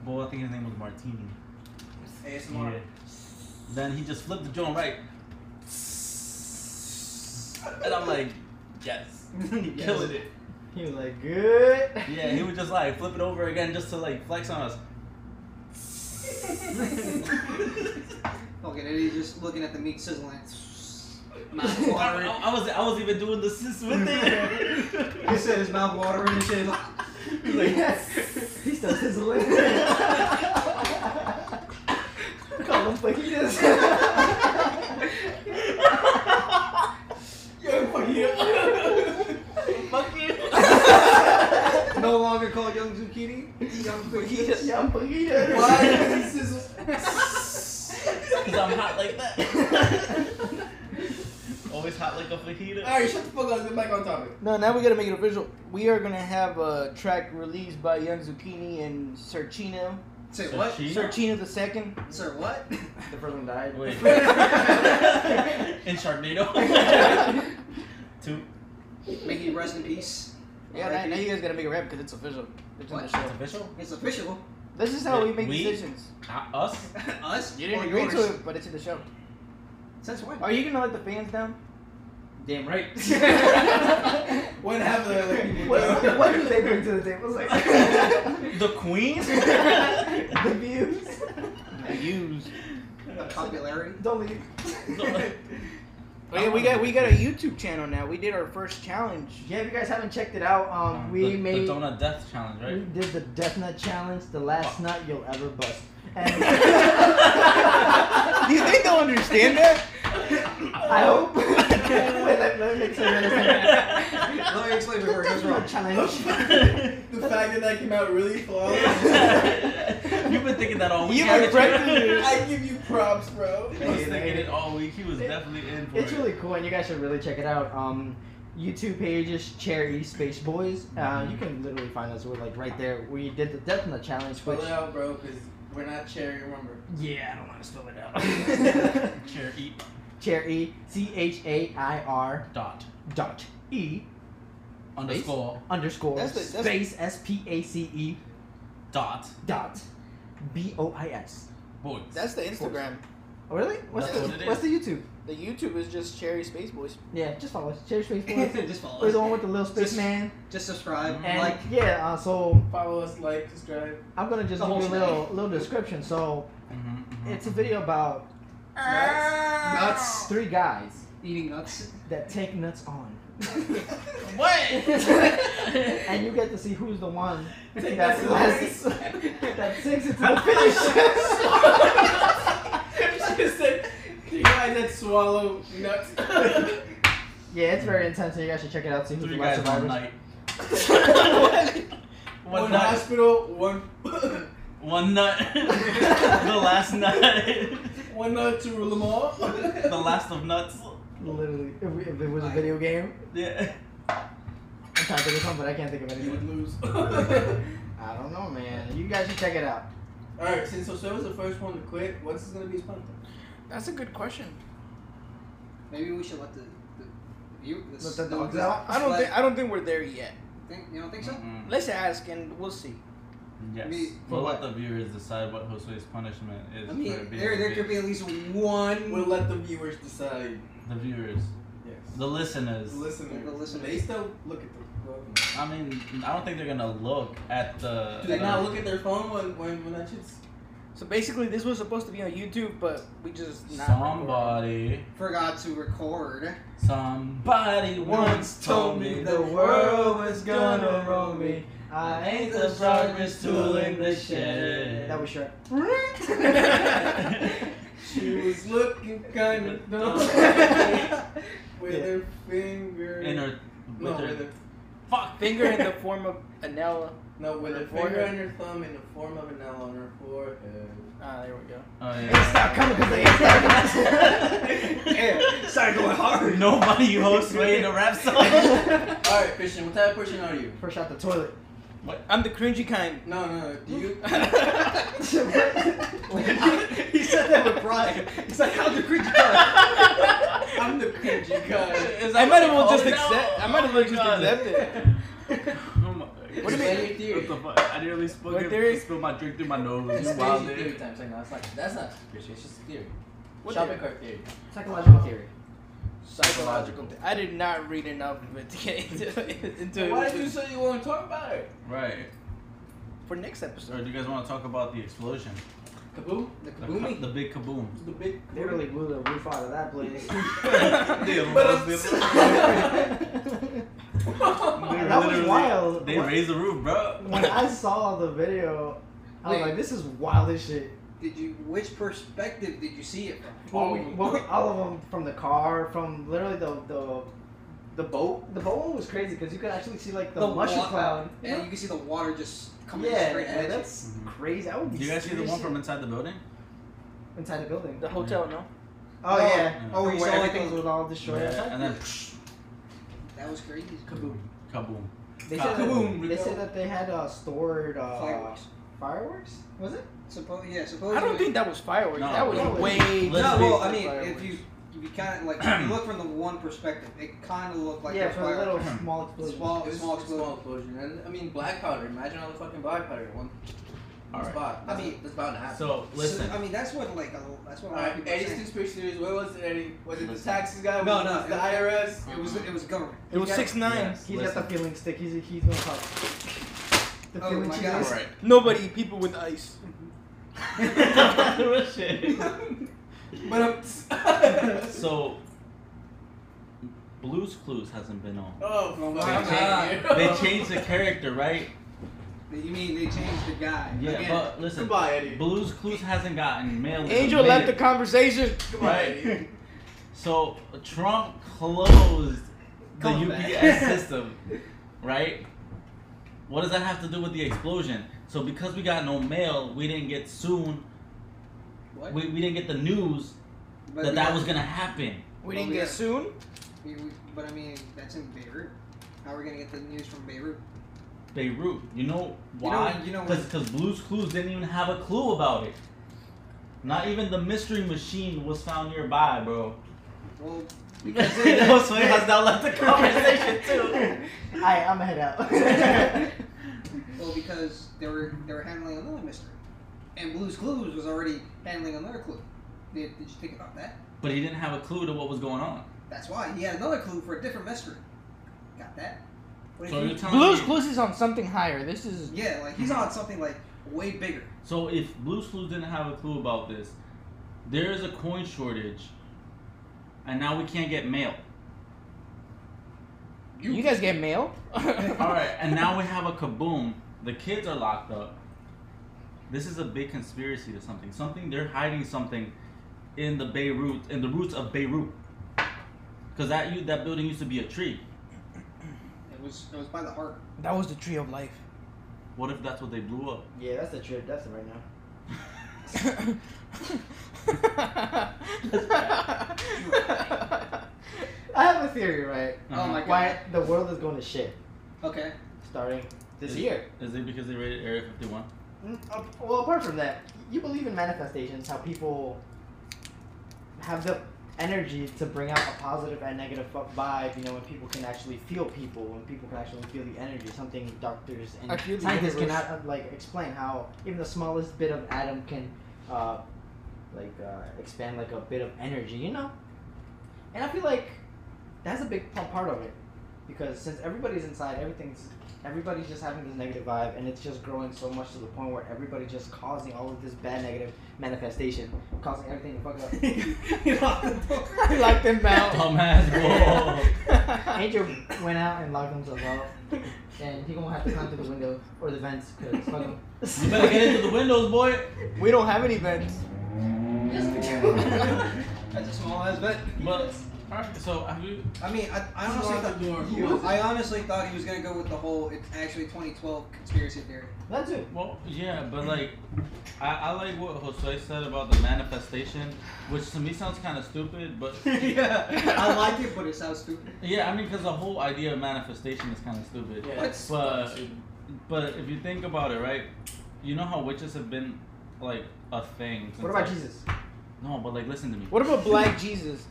Speaker 4: Bowl, I think his name was Martini.
Speaker 5: ASMR.
Speaker 4: Then he just flipped the joint right, and I'm like, yes, killing it.
Speaker 1: He was like, good.
Speaker 4: Yeah, he would just like flip it over again just to like flex on us.
Speaker 3: Okay, then you're just looking at the meat sizzling. Mouth
Speaker 4: I, I-
Speaker 3: watering.
Speaker 4: I was I was even doing the sis with it.
Speaker 3: He said his mouth watering and shit.
Speaker 4: He's like,
Speaker 1: He's still sizzling. Call him fajitas.
Speaker 5: Yo, fuck you.
Speaker 4: Fuck you.
Speaker 3: No longer called young zucchini. Young fajitas.
Speaker 1: Yum fajitas.
Speaker 5: Why is it sizzle?
Speaker 4: Because I'm hot like that. Always hot like a fajita.
Speaker 5: Alright, shut the fuck up. Get back on topic.
Speaker 2: No, now we gotta make it official. We are gonna have a track released by Young Zucchini and Sir Chino.
Speaker 3: Say
Speaker 4: So
Speaker 3: what?
Speaker 4: she-
Speaker 2: Sir Chino the second.
Speaker 3: Sir, what?
Speaker 1: The person died.
Speaker 4: Wait. In Sharknado.
Speaker 1: That's
Speaker 4: Two.
Speaker 3: May he rest in peace.
Speaker 2: Yeah, now, now you guys gotta make a rap because it's official. It's in the
Speaker 3: What?
Speaker 4: It's
Speaker 2: show.
Speaker 4: official.
Speaker 3: It's official.
Speaker 2: This is how we make
Speaker 4: We?
Speaker 2: decisions.
Speaker 4: Uh, us.
Speaker 3: Us?
Speaker 2: You didn't
Speaker 3: or
Speaker 2: agree to
Speaker 3: yours?
Speaker 2: it, but it's in the show.
Speaker 3: Since when?
Speaker 2: Are you gonna let the fans down?
Speaker 4: Damn right.
Speaker 5: What happened to the other people?
Speaker 1: What, what do they bring to the table? It's like
Speaker 4: the queen.
Speaker 1: the views.
Speaker 2: The views.
Speaker 3: The popularity?
Speaker 1: Don't leave.
Speaker 2: Oh yeah, we got we got a YouTube channel now. We did our first challenge.
Speaker 1: Yeah, if you guys haven't checked it out, um,
Speaker 4: Um,
Speaker 1: we
Speaker 4: the,
Speaker 1: made
Speaker 4: the donut death challenge,
Speaker 1: we
Speaker 4: right?
Speaker 1: did the death nut challenge, the last nut you'll ever bust. And
Speaker 2: You think they'll understand that?
Speaker 1: I hope. Wait, let, let me make sure I understand.
Speaker 3: Let me explain before it
Speaker 1: Death
Speaker 3: goes
Speaker 1: nut
Speaker 3: wrong.
Speaker 1: challenge.
Speaker 5: The fact that that came out really flawless.
Speaker 4: You've been thinking that all week.
Speaker 2: You
Speaker 4: haven't you?
Speaker 2: regretted it.
Speaker 5: I give you props, bro.
Speaker 4: He was thinking it all week. He was definitely in for
Speaker 1: It's
Speaker 4: it.
Speaker 1: really cool, and you guys should really check it out. Um, YouTube pages, Cherry Space Boys. Uh,
Speaker 2: Mm-hmm.
Speaker 1: you can literally find us. We're like right there. We did the Death Nut Challenge,
Speaker 5: Spell
Speaker 1: which
Speaker 5: it out, bro, because we're not cherry, remember.
Speaker 1: yeah, I don't want to spell it out.
Speaker 4: Chair eat
Speaker 1: Cherry E, C H A I R
Speaker 4: dot
Speaker 1: dot E
Speaker 4: underscore
Speaker 1: underscore
Speaker 2: That's the- that's-
Speaker 1: space S P A C E
Speaker 4: dot
Speaker 1: dot B O I S.
Speaker 4: boys.
Speaker 2: That's the Instagram.
Speaker 1: Oh, Really? What's
Speaker 4: That's
Speaker 1: the
Speaker 4: what it
Speaker 1: What's the YouTube?
Speaker 2: The YouTube is just Cherry Space Boys.
Speaker 1: Yeah, just follow us. Cherry Space Boys.
Speaker 3: just follow
Speaker 1: We're the one
Speaker 3: us.
Speaker 1: with the little spaceman.
Speaker 3: Just subscribe.
Speaker 1: And
Speaker 3: like,
Speaker 1: yeah, uh, so
Speaker 5: Follow us, like, subscribe.
Speaker 1: I'm gonna just
Speaker 3: The
Speaker 1: give you
Speaker 3: whole
Speaker 1: a little little description. So
Speaker 4: Mhm, mhm.
Speaker 1: it's a video about
Speaker 3: nuts.
Speaker 1: three guys
Speaker 3: Eating nuts.
Speaker 1: that take nuts on,
Speaker 2: What?
Speaker 1: and
Speaker 4: Eh.
Speaker 1: you get to see who's the one
Speaker 5: Take that
Speaker 1: that
Speaker 5: to the
Speaker 1: lasts, that takes it to the finish.
Speaker 5: I just said, you guys that swallow nuts.
Speaker 1: yeah, it's very intense. So you guys should check it out. See who's
Speaker 4: Three
Speaker 1: the
Speaker 4: guys
Speaker 1: last
Speaker 4: one
Speaker 1: survivors.
Speaker 4: night.
Speaker 5: one
Speaker 4: One night.
Speaker 5: hospital, one
Speaker 4: One nut. the last nut.
Speaker 5: one nut to rule them all.
Speaker 4: the last of nuts.
Speaker 1: Literally, if, we, if it was a
Speaker 3: Like-
Speaker 1: video game,
Speaker 4: Yeah.
Speaker 1: I'm trying to think of something, but I can't think of
Speaker 5: You would
Speaker 1: anything.
Speaker 5: lose. All
Speaker 1: I don't know, man. You guys should check it out.
Speaker 5: right, since Jose was the first one to quit, what's gonna be his punishment?
Speaker 2: That's a good question.
Speaker 3: Maybe we should let the the, the, view, the,
Speaker 1: Let the dogs out?
Speaker 2: I don't
Speaker 3: let-
Speaker 2: think I don't think we're there yet.
Speaker 3: think. You don't think so?
Speaker 4: Mhm.
Speaker 2: Let's ask and we'll see.
Speaker 4: Yes.
Speaker 3: Me-
Speaker 4: we'll
Speaker 3: what?
Speaker 4: let the viewers decide what Josue's punishment is.
Speaker 3: I
Speaker 4: for
Speaker 3: mean,
Speaker 4: being
Speaker 3: there
Speaker 4: a
Speaker 3: there could be
Speaker 4: bitch.
Speaker 3: at least one.
Speaker 5: We'll let the viewers decide.
Speaker 4: the viewers,
Speaker 5: Yes.
Speaker 4: the listeners.
Speaker 5: The listeners.
Speaker 3: The listeners.
Speaker 5: They still look at the.
Speaker 4: I mean, I don't think they're gonna look at the.
Speaker 5: Do they
Speaker 4: the-
Speaker 5: not look at their phone when when, when that shit's?
Speaker 2: So basically, this was supposed to be on YouTube, but we just not recorded.
Speaker 4: Somebody,
Speaker 3: Forgot to record.
Speaker 4: somebody once told me the world was gonna roll me. I ain't the sharpest tool in the shed.
Speaker 1: That was sure.
Speaker 5: She was looking kind of dumb with
Speaker 1: Yeah.
Speaker 5: her finger.
Speaker 4: in her, with
Speaker 5: no,
Speaker 4: her,
Speaker 5: with her
Speaker 4: fuck
Speaker 2: Finger in the form of Anella.
Speaker 5: no, with
Speaker 2: her
Speaker 5: her finger
Speaker 2: forehead.
Speaker 5: and her thumb in the form of an L on her forehead.
Speaker 2: Ah, there we go.
Speaker 4: Oh,
Speaker 1: It's
Speaker 4: yeah.
Speaker 1: not coming because they ain't
Speaker 4: Yeah,
Speaker 3: Started going hard.
Speaker 4: Nobody you host way in a rap song.
Speaker 1: starting.
Speaker 5: All right, Christian, what type of person are you?
Speaker 1: First out the toilet.
Speaker 2: I'm the cringy kind.
Speaker 5: No, no, do you?
Speaker 3: he said that with pride. He's like, how'd the creature come?
Speaker 5: I'm the cringy guy.
Speaker 2: I might as well just
Speaker 4: Oh, no.
Speaker 2: accept. I might as well just
Speaker 4: Oh, God.
Speaker 2: accept it.
Speaker 4: Oh my-
Speaker 2: What do you
Speaker 5: mean?
Speaker 4: What the fuck? I nearly spoke
Speaker 2: What
Speaker 4: it-
Speaker 2: theory?
Speaker 4: spilled my drink through my nose.
Speaker 5: It's
Speaker 4: You wild
Speaker 5: cringy theory
Speaker 4: dude.
Speaker 5: time. It's like, no, it's not. That's not cringy. It's just a theory.
Speaker 2: What
Speaker 5: Shopping
Speaker 2: theory?
Speaker 5: cart theory.
Speaker 1: Psychological theory.
Speaker 2: Psychological. thi- I did not read enough of it to get into it. Into it.
Speaker 5: Why did you say you want to talk about it?
Speaker 4: Right.
Speaker 2: For next episode.
Speaker 4: Or do you guys want to talk about the explosion?
Speaker 5: Kaboom.
Speaker 3: The
Speaker 4: The, ca-
Speaker 3: kaboomy.
Speaker 4: the big kaboom.
Speaker 5: The big.
Speaker 1: They really blew the roof out of that place. that was
Speaker 4: Literally,
Speaker 1: wild.
Speaker 4: They
Speaker 1: When-
Speaker 4: raised the roof, bro.
Speaker 1: When I saw the video, I was
Speaker 3: Wait.
Speaker 1: like, "This is wild as shit."
Speaker 3: Did you? Which perspective did you see it from?
Speaker 1: Well,
Speaker 5: All
Speaker 1: Oh, we,
Speaker 5: of them.
Speaker 1: well, we- all of them from the car, from literally the the the boat. The boat one was crazy because you could actually see like the,
Speaker 3: The
Speaker 1: mushroom
Speaker 3: wa-
Speaker 1: cloud.
Speaker 3: And you can see the water just coming
Speaker 1: yeah,
Speaker 3: straight
Speaker 1: yeah,
Speaker 3: at you.
Speaker 1: that's crazy. I would be
Speaker 4: Do Mm-hmm. you guys see the
Speaker 1: scared
Speaker 4: one
Speaker 1: as
Speaker 4: from
Speaker 1: shit.
Speaker 4: inside the building?
Speaker 1: inside the building?
Speaker 2: The hotel, no?
Speaker 1: Oh
Speaker 3: No.
Speaker 1: yeah.
Speaker 4: Oh,
Speaker 1: Oh, where
Speaker 3: you saw, like,
Speaker 1: everything
Speaker 3: the-
Speaker 1: was all destroyed. outside?
Speaker 4: And then psh,
Speaker 3: That was crazy. Kaboom.
Speaker 4: kaboom.
Speaker 1: They said,
Speaker 5: Kaboom.
Speaker 1: that, they said that they had uh, stored uh,
Speaker 3: Fireworks.
Speaker 1: Fireworks? Was it?
Speaker 3: Suppo- yeah, supposedly.
Speaker 2: I don't think that was fireworks.
Speaker 4: No.
Speaker 2: that was
Speaker 1: No.
Speaker 2: way.
Speaker 4: Let's
Speaker 3: No,
Speaker 4: be-
Speaker 3: well, I mean,
Speaker 2: Fireworks.
Speaker 3: if you if you kind of like if you look from the one perspective, it kind of looked like
Speaker 1: yeah,
Speaker 3: a
Speaker 1: for a little
Speaker 4: fireworks.
Speaker 1: small
Speaker 3: fire-
Speaker 1: explosion.
Speaker 3: small
Speaker 5: It was
Speaker 3: small
Speaker 5: a
Speaker 3: explosion.
Speaker 5: small explosion. And I mean, black powder. Imagine all the fucking black powder at one
Speaker 4: All right.
Speaker 5: spot. That's, I mean, that's about to happen.
Speaker 4: So listen.
Speaker 3: So, I mean, that's what like a, that's what a
Speaker 5: all
Speaker 3: lot of
Speaker 5: right,
Speaker 3: people are
Speaker 5: Eddie's
Speaker 3: saying.
Speaker 5: conspiracy theories. What was it, Eddie? Was it the
Speaker 4: Listen.
Speaker 5: taxes guy?
Speaker 3: No,
Speaker 5: Was
Speaker 3: no,
Speaker 5: it
Speaker 3: it
Speaker 5: The
Speaker 3: was-
Speaker 5: IRS.
Speaker 3: It was it was government.
Speaker 2: it was
Speaker 5: Yeah.
Speaker 2: 6 9
Speaker 4: Yes,
Speaker 1: He's
Speaker 4: listen.
Speaker 1: got the feeling stick. He's he's gonna talk. The
Speaker 3: Oh
Speaker 1: feeling
Speaker 3: my
Speaker 1: she
Speaker 3: God.
Speaker 1: is-
Speaker 4: All right.
Speaker 2: Nobody, people with ice.
Speaker 4: Real shit.
Speaker 5: But um, I'm.
Speaker 4: So, Blue's Clues hasn't been on.
Speaker 5: oh,
Speaker 3: Oh my
Speaker 5: fuck, man.
Speaker 3: God.
Speaker 4: They changed the character, right?
Speaker 3: You mean they changed the guy?
Speaker 4: Yeah,
Speaker 3: Again,
Speaker 4: but listen.
Speaker 5: Goodbye, Eddie.
Speaker 4: Blue's Clues hasn't gotten mail. in a
Speaker 2: Angel left the
Speaker 4: minute.
Speaker 2: conversation.
Speaker 5: Goodbye, Eddie.
Speaker 4: So Trump closed the
Speaker 3: Come back.
Speaker 4: UPS system, right? What does that have to do with the explosion? So because we got no mail, we didn't get soon.
Speaker 3: what?
Speaker 4: We, we didn't get the news
Speaker 3: but
Speaker 4: that
Speaker 3: we
Speaker 4: that
Speaker 3: got-
Speaker 4: was gonna happen.
Speaker 2: We
Speaker 3: Well,
Speaker 2: didn't
Speaker 3: we
Speaker 2: get
Speaker 3: got-
Speaker 2: soon.
Speaker 3: we- we- but I mean, that's in Beirut. How are we gonna get the news from Beirut?
Speaker 4: Beirut. You know why?
Speaker 3: you know
Speaker 4: because Blue's Clues didn't even have a clue about it. Not even the mystery machine was found nearby, bro.
Speaker 3: Well, because they-
Speaker 4: That's why has now left the conversation too.
Speaker 1: Alright, I'm gonna head out.
Speaker 3: well because they were they were handling another mystery, and Blue's Clues was already handling another clue. Did, did you think about that?
Speaker 4: But he didn't have a clue to what was going on.
Speaker 3: That's why he had another clue for a different mystery. Got that? What do
Speaker 4: So
Speaker 3: you
Speaker 4: you're
Speaker 3: think?
Speaker 4: telling
Speaker 2: Blue's
Speaker 4: me-
Speaker 2: Clues is on something higher. This is
Speaker 3: Yeah, like he's on something like way bigger.
Speaker 4: So if Blue's Clues didn't have a clue about this, there is a coin shortage, and now we can't get mail.
Speaker 2: you, guys get mail. All
Speaker 4: All right, and now we have a kaboom. The kids are locked up. This is a big conspiracy to something. Something they're hiding something in the Beirut, in the roots of Beirut, because that you that building used to be a tree.
Speaker 3: It was it was by the heart.
Speaker 2: That was the tree of life.
Speaker 4: What if that's what they blew up?
Speaker 1: Yeah, that's the trip. That's it right now. I have a theory, right?
Speaker 3: Oh
Speaker 4: Uh-huh.
Speaker 3: my
Speaker 1: Why
Speaker 3: god.
Speaker 1: the world is going to shit
Speaker 3: Okay.
Speaker 1: starting this
Speaker 4: Is-
Speaker 1: year.
Speaker 4: Is it because they raided Area 51?
Speaker 1: Mm, uh, Well, apart from that, you believe in manifestations, how people have the energy to bring out a positive and negative fu- vibe, you know, when people can actually feel people, when people can actually feel the energy, something doctors
Speaker 2: I
Speaker 1: and
Speaker 2: feel the
Speaker 1: scientists
Speaker 2: universe.
Speaker 1: cannot, uh, like, explain how even the smallest bit of atom can, uh, like, uh, expand, like, a bit of energy, you know? And I feel like that's a big p- part of it. Because since everybody's inside, everything's everybody's just having this negative vibe and it's just growing so much to the point where everybody's just causing all of this bad negative manifestation, causing everything to fuck up.
Speaker 3: you locked the door.
Speaker 2: Lock them out.
Speaker 4: Dumbass, whoa.
Speaker 1: Angel went out and locked himself out and he gonna have to climb through the window or the vents because fuck him.
Speaker 4: You better get into the windows, boy.
Speaker 2: we don't have any vents.
Speaker 3: That's a small ass bet.
Speaker 4: But all right, so have you?
Speaker 3: I mean, I, I honestly
Speaker 5: Lock the
Speaker 3: thought
Speaker 5: door.
Speaker 3: you, I honestly thought he was gonna go with the whole it's actually 2012 conspiracy theory.
Speaker 1: That too.
Speaker 4: Well, yeah, but like, I, I like what Jose said about the manifestation, which to me sounds kind of stupid, but
Speaker 3: yeah, I like it, but it sounds stupid.
Speaker 4: yeah, I mean, because the whole idea of manifestation is kind of stupid.
Speaker 5: Yeah. Uh,
Speaker 3: What's-
Speaker 4: But but if you think about it, right? You know how witches have been like a thing. Since
Speaker 1: What about
Speaker 4: like-
Speaker 1: Jesus?
Speaker 4: No, but like, listen to me.
Speaker 2: What about Black Jesus?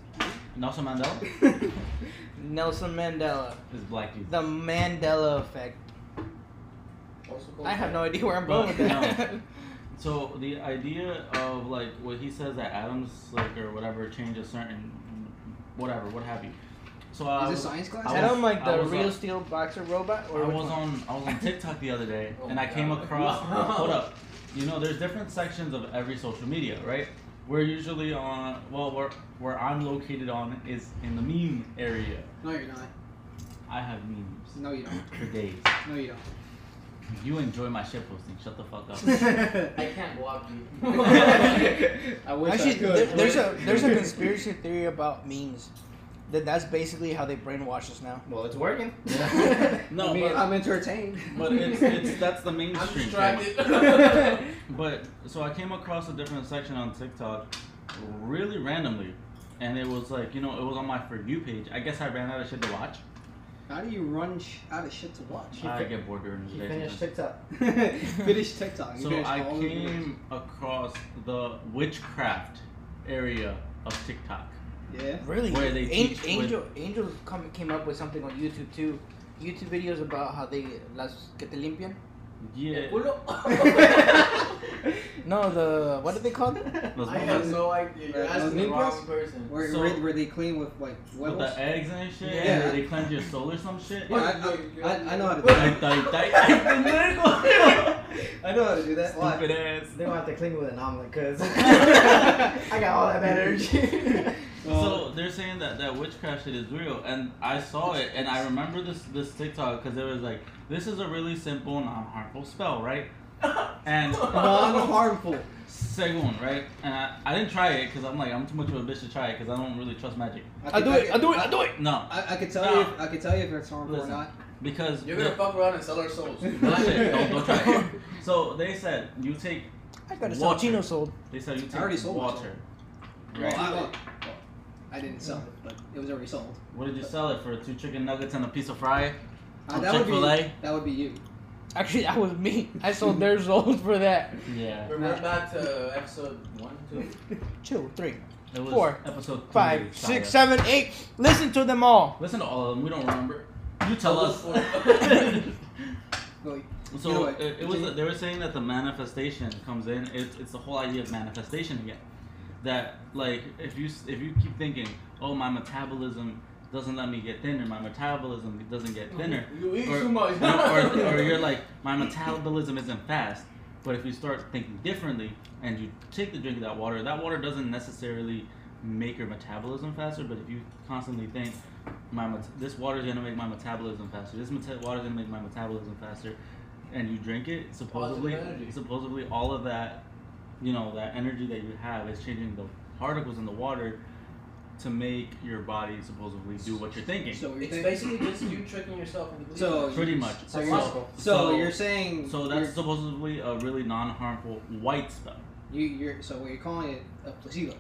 Speaker 4: Nelson Mandela
Speaker 2: Nelson Mandela.
Speaker 4: is black Jesus.
Speaker 2: The Mandela effect. I have no idea where I'm going with that.
Speaker 4: So the idea of like what he says that atoms like or whatever change a certain whatever what have you. So I
Speaker 3: Is
Speaker 4: was,
Speaker 3: this science class?
Speaker 4: I
Speaker 2: I don't like
Speaker 4: I
Speaker 2: the
Speaker 4: was
Speaker 2: real
Speaker 4: on-
Speaker 2: steel boxer robot.
Speaker 4: I
Speaker 2: Or which
Speaker 4: was
Speaker 2: one?
Speaker 4: on I was on TikTok the other day
Speaker 5: Oh
Speaker 4: and
Speaker 5: my
Speaker 4: I came
Speaker 5: God.
Speaker 4: across
Speaker 5: Wow.
Speaker 4: hold up. You know, there's different sections of every social media, right? We're usually on well where where I'm located on is in the meme area.
Speaker 3: No, you're not.
Speaker 4: I have memes
Speaker 3: No, you don't.
Speaker 4: for days.
Speaker 3: No, you don't.
Speaker 4: You enjoy my shit posting, shut the fuck up.
Speaker 5: I can't block you.
Speaker 3: I wish
Speaker 2: Actually,
Speaker 3: I
Speaker 2: there-
Speaker 3: could.
Speaker 2: there's a there's a conspiracy theory about memes. That that's basically how they brainwash us now.
Speaker 1: Well it's working.
Speaker 4: No,
Speaker 3: I mean,
Speaker 4: but-
Speaker 3: I'm entertained.
Speaker 4: But it's, it's that's the mainstream.
Speaker 5: I'm
Speaker 4: thing.
Speaker 5: distracted.
Speaker 4: But so I came across a different section on TikTok really randomly. And it was like, you know, it was on my For You page. I guess I ran out of shit to watch.
Speaker 3: How do you run sh- out of shit to watch?
Speaker 4: I get bored during the
Speaker 1: He
Speaker 4: day.
Speaker 1: finished
Speaker 4: sometimes.
Speaker 1: TikTok.
Speaker 3: Finish TikTok. You
Speaker 4: So
Speaker 3: finish
Speaker 4: I
Speaker 3: all of yours.
Speaker 4: came across the witchcraft area of TikTok.
Speaker 3: Yeah.
Speaker 2: Really?
Speaker 4: Where they
Speaker 2: An-
Speaker 4: teach with-
Speaker 2: Angel Angel come, came up with something on YouTube too. YouTube videos about how they las que te limpian.
Speaker 4: Yeah.
Speaker 2: No, the what did they call it?
Speaker 4: Those
Speaker 5: I have
Speaker 4: ones
Speaker 5: no idea. You're asking the wrong person.
Speaker 3: Where,
Speaker 4: So-
Speaker 3: where, where they clean with like
Speaker 4: with
Speaker 3: webbles.
Speaker 4: the eggs and shit.
Speaker 5: Yeah.
Speaker 4: And they cleanse your soul or some shit.
Speaker 3: Yeah, I, I, I, I know how to do
Speaker 4: Ay,
Speaker 3: that.
Speaker 4: ay, ay, ay, pendejo.
Speaker 3: I know how to do that. Why?
Speaker 4: Stupid ass.
Speaker 1: They don't have to clean me with an omelet because I got all that bad energy.
Speaker 4: So they're saying that that witchcraft shit is real, and I saw it, and I remember this this TikTok because it was like, this is a really simple, non-harmful spell, right? And
Speaker 3: Non-harmful.
Speaker 4: second, right? And I, I didn't try it because I'm like, I'm too much of a bitch to try it because I don't really trust magic.
Speaker 2: I do it. I do it. I do it.
Speaker 4: No,
Speaker 3: I, I could tell
Speaker 4: No.
Speaker 3: you. If, I could tell you if it's harmful
Speaker 4: Listen.
Speaker 3: or not.
Speaker 4: because
Speaker 5: You're gonna
Speaker 4: the-
Speaker 5: fuck around and sell our souls.
Speaker 4: no shit, don't, don't try it. So they said you take,
Speaker 2: I got a sell
Speaker 4: Water.
Speaker 2: Chino sold.
Speaker 4: they said you
Speaker 3: I already
Speaker 4: take
Speaker 3: sold my
Speaker 4: water.
Speaker 3: Well,
Speaker 4: Right.
Speaker 3: I, well, I didn't sell it, but it was already sold.
Speaker 4: What did you sell it for? Two chicken nuggets and a piece of fry.
Speaker 3: Uh,
Speaker 4: From
Speaker 3: that would be.
Speaker 4: Oh, Chick-fil-A?
Speaker 3: That would be you.
Speaker 2: Actually, that was me. I sold their souls for that.
Speaker 4: Yeah.
Speaker 5: We're right back to episode one, two.
Speaker 2: Two, three,
Speaker 4: It was
Speaker 2: Four,
Speaker 4: episode
Speaker 2: five,
Speaker 4: three,
Speaker 2: six,
Speaker 4: Saya.
Speaker 2: seven, eight. Listen to them all.
Speaker 4: Listen to all of them. We don't remember. You tell us.
Speaker 3: Well,
Speaker 4: So
Speaker 3: Either way,
Speaker 4: it, it was. They were saying that the manifestation comes in. It's, it's the whole idea of manifestation again. that like if you s- if you keep thinking, oh my metabolism doesn't let me get thinner, my metabolism doesn't get thinner,
Speaker 5: You eat
Speaker 4: Or-
Speaker 5: too much.
Speaker 4: or, or, or you're like my metabolism isn't fast. But if you start thinking differently and you take the drink of that water, that water doesn't necessarily make your metabolism faster. But if you constantly think my met- this water is gonna make my metabolism faster, this meta- water is gonna make my metabolism faster, and you drink it, supposedly,
Speaker 5: energy.
Speaker 4: supposedly all of that, you know, that energy that you have is changing the particles in the water to make your body supposedly do what you're thinking.
Speaker 3: So you're
Speaker 5: it's
Speaker 3: thinking-
Speaker 5: basically just you tricking yourself into believing.
Speaker 3: So-
Speaker 5: it.
Speaker 4: Pretty much.
Speaker 3: So
Speaker 5: That's
Speaker 3: you're, so,
Speaker 5: possible.
Speaker 4: So-
Speaker 3: you're saying
Speaker 4: So that's supposedly a really non-harmful white spell.
Speaker 3: you, you're so what you're calling it a placebo. It's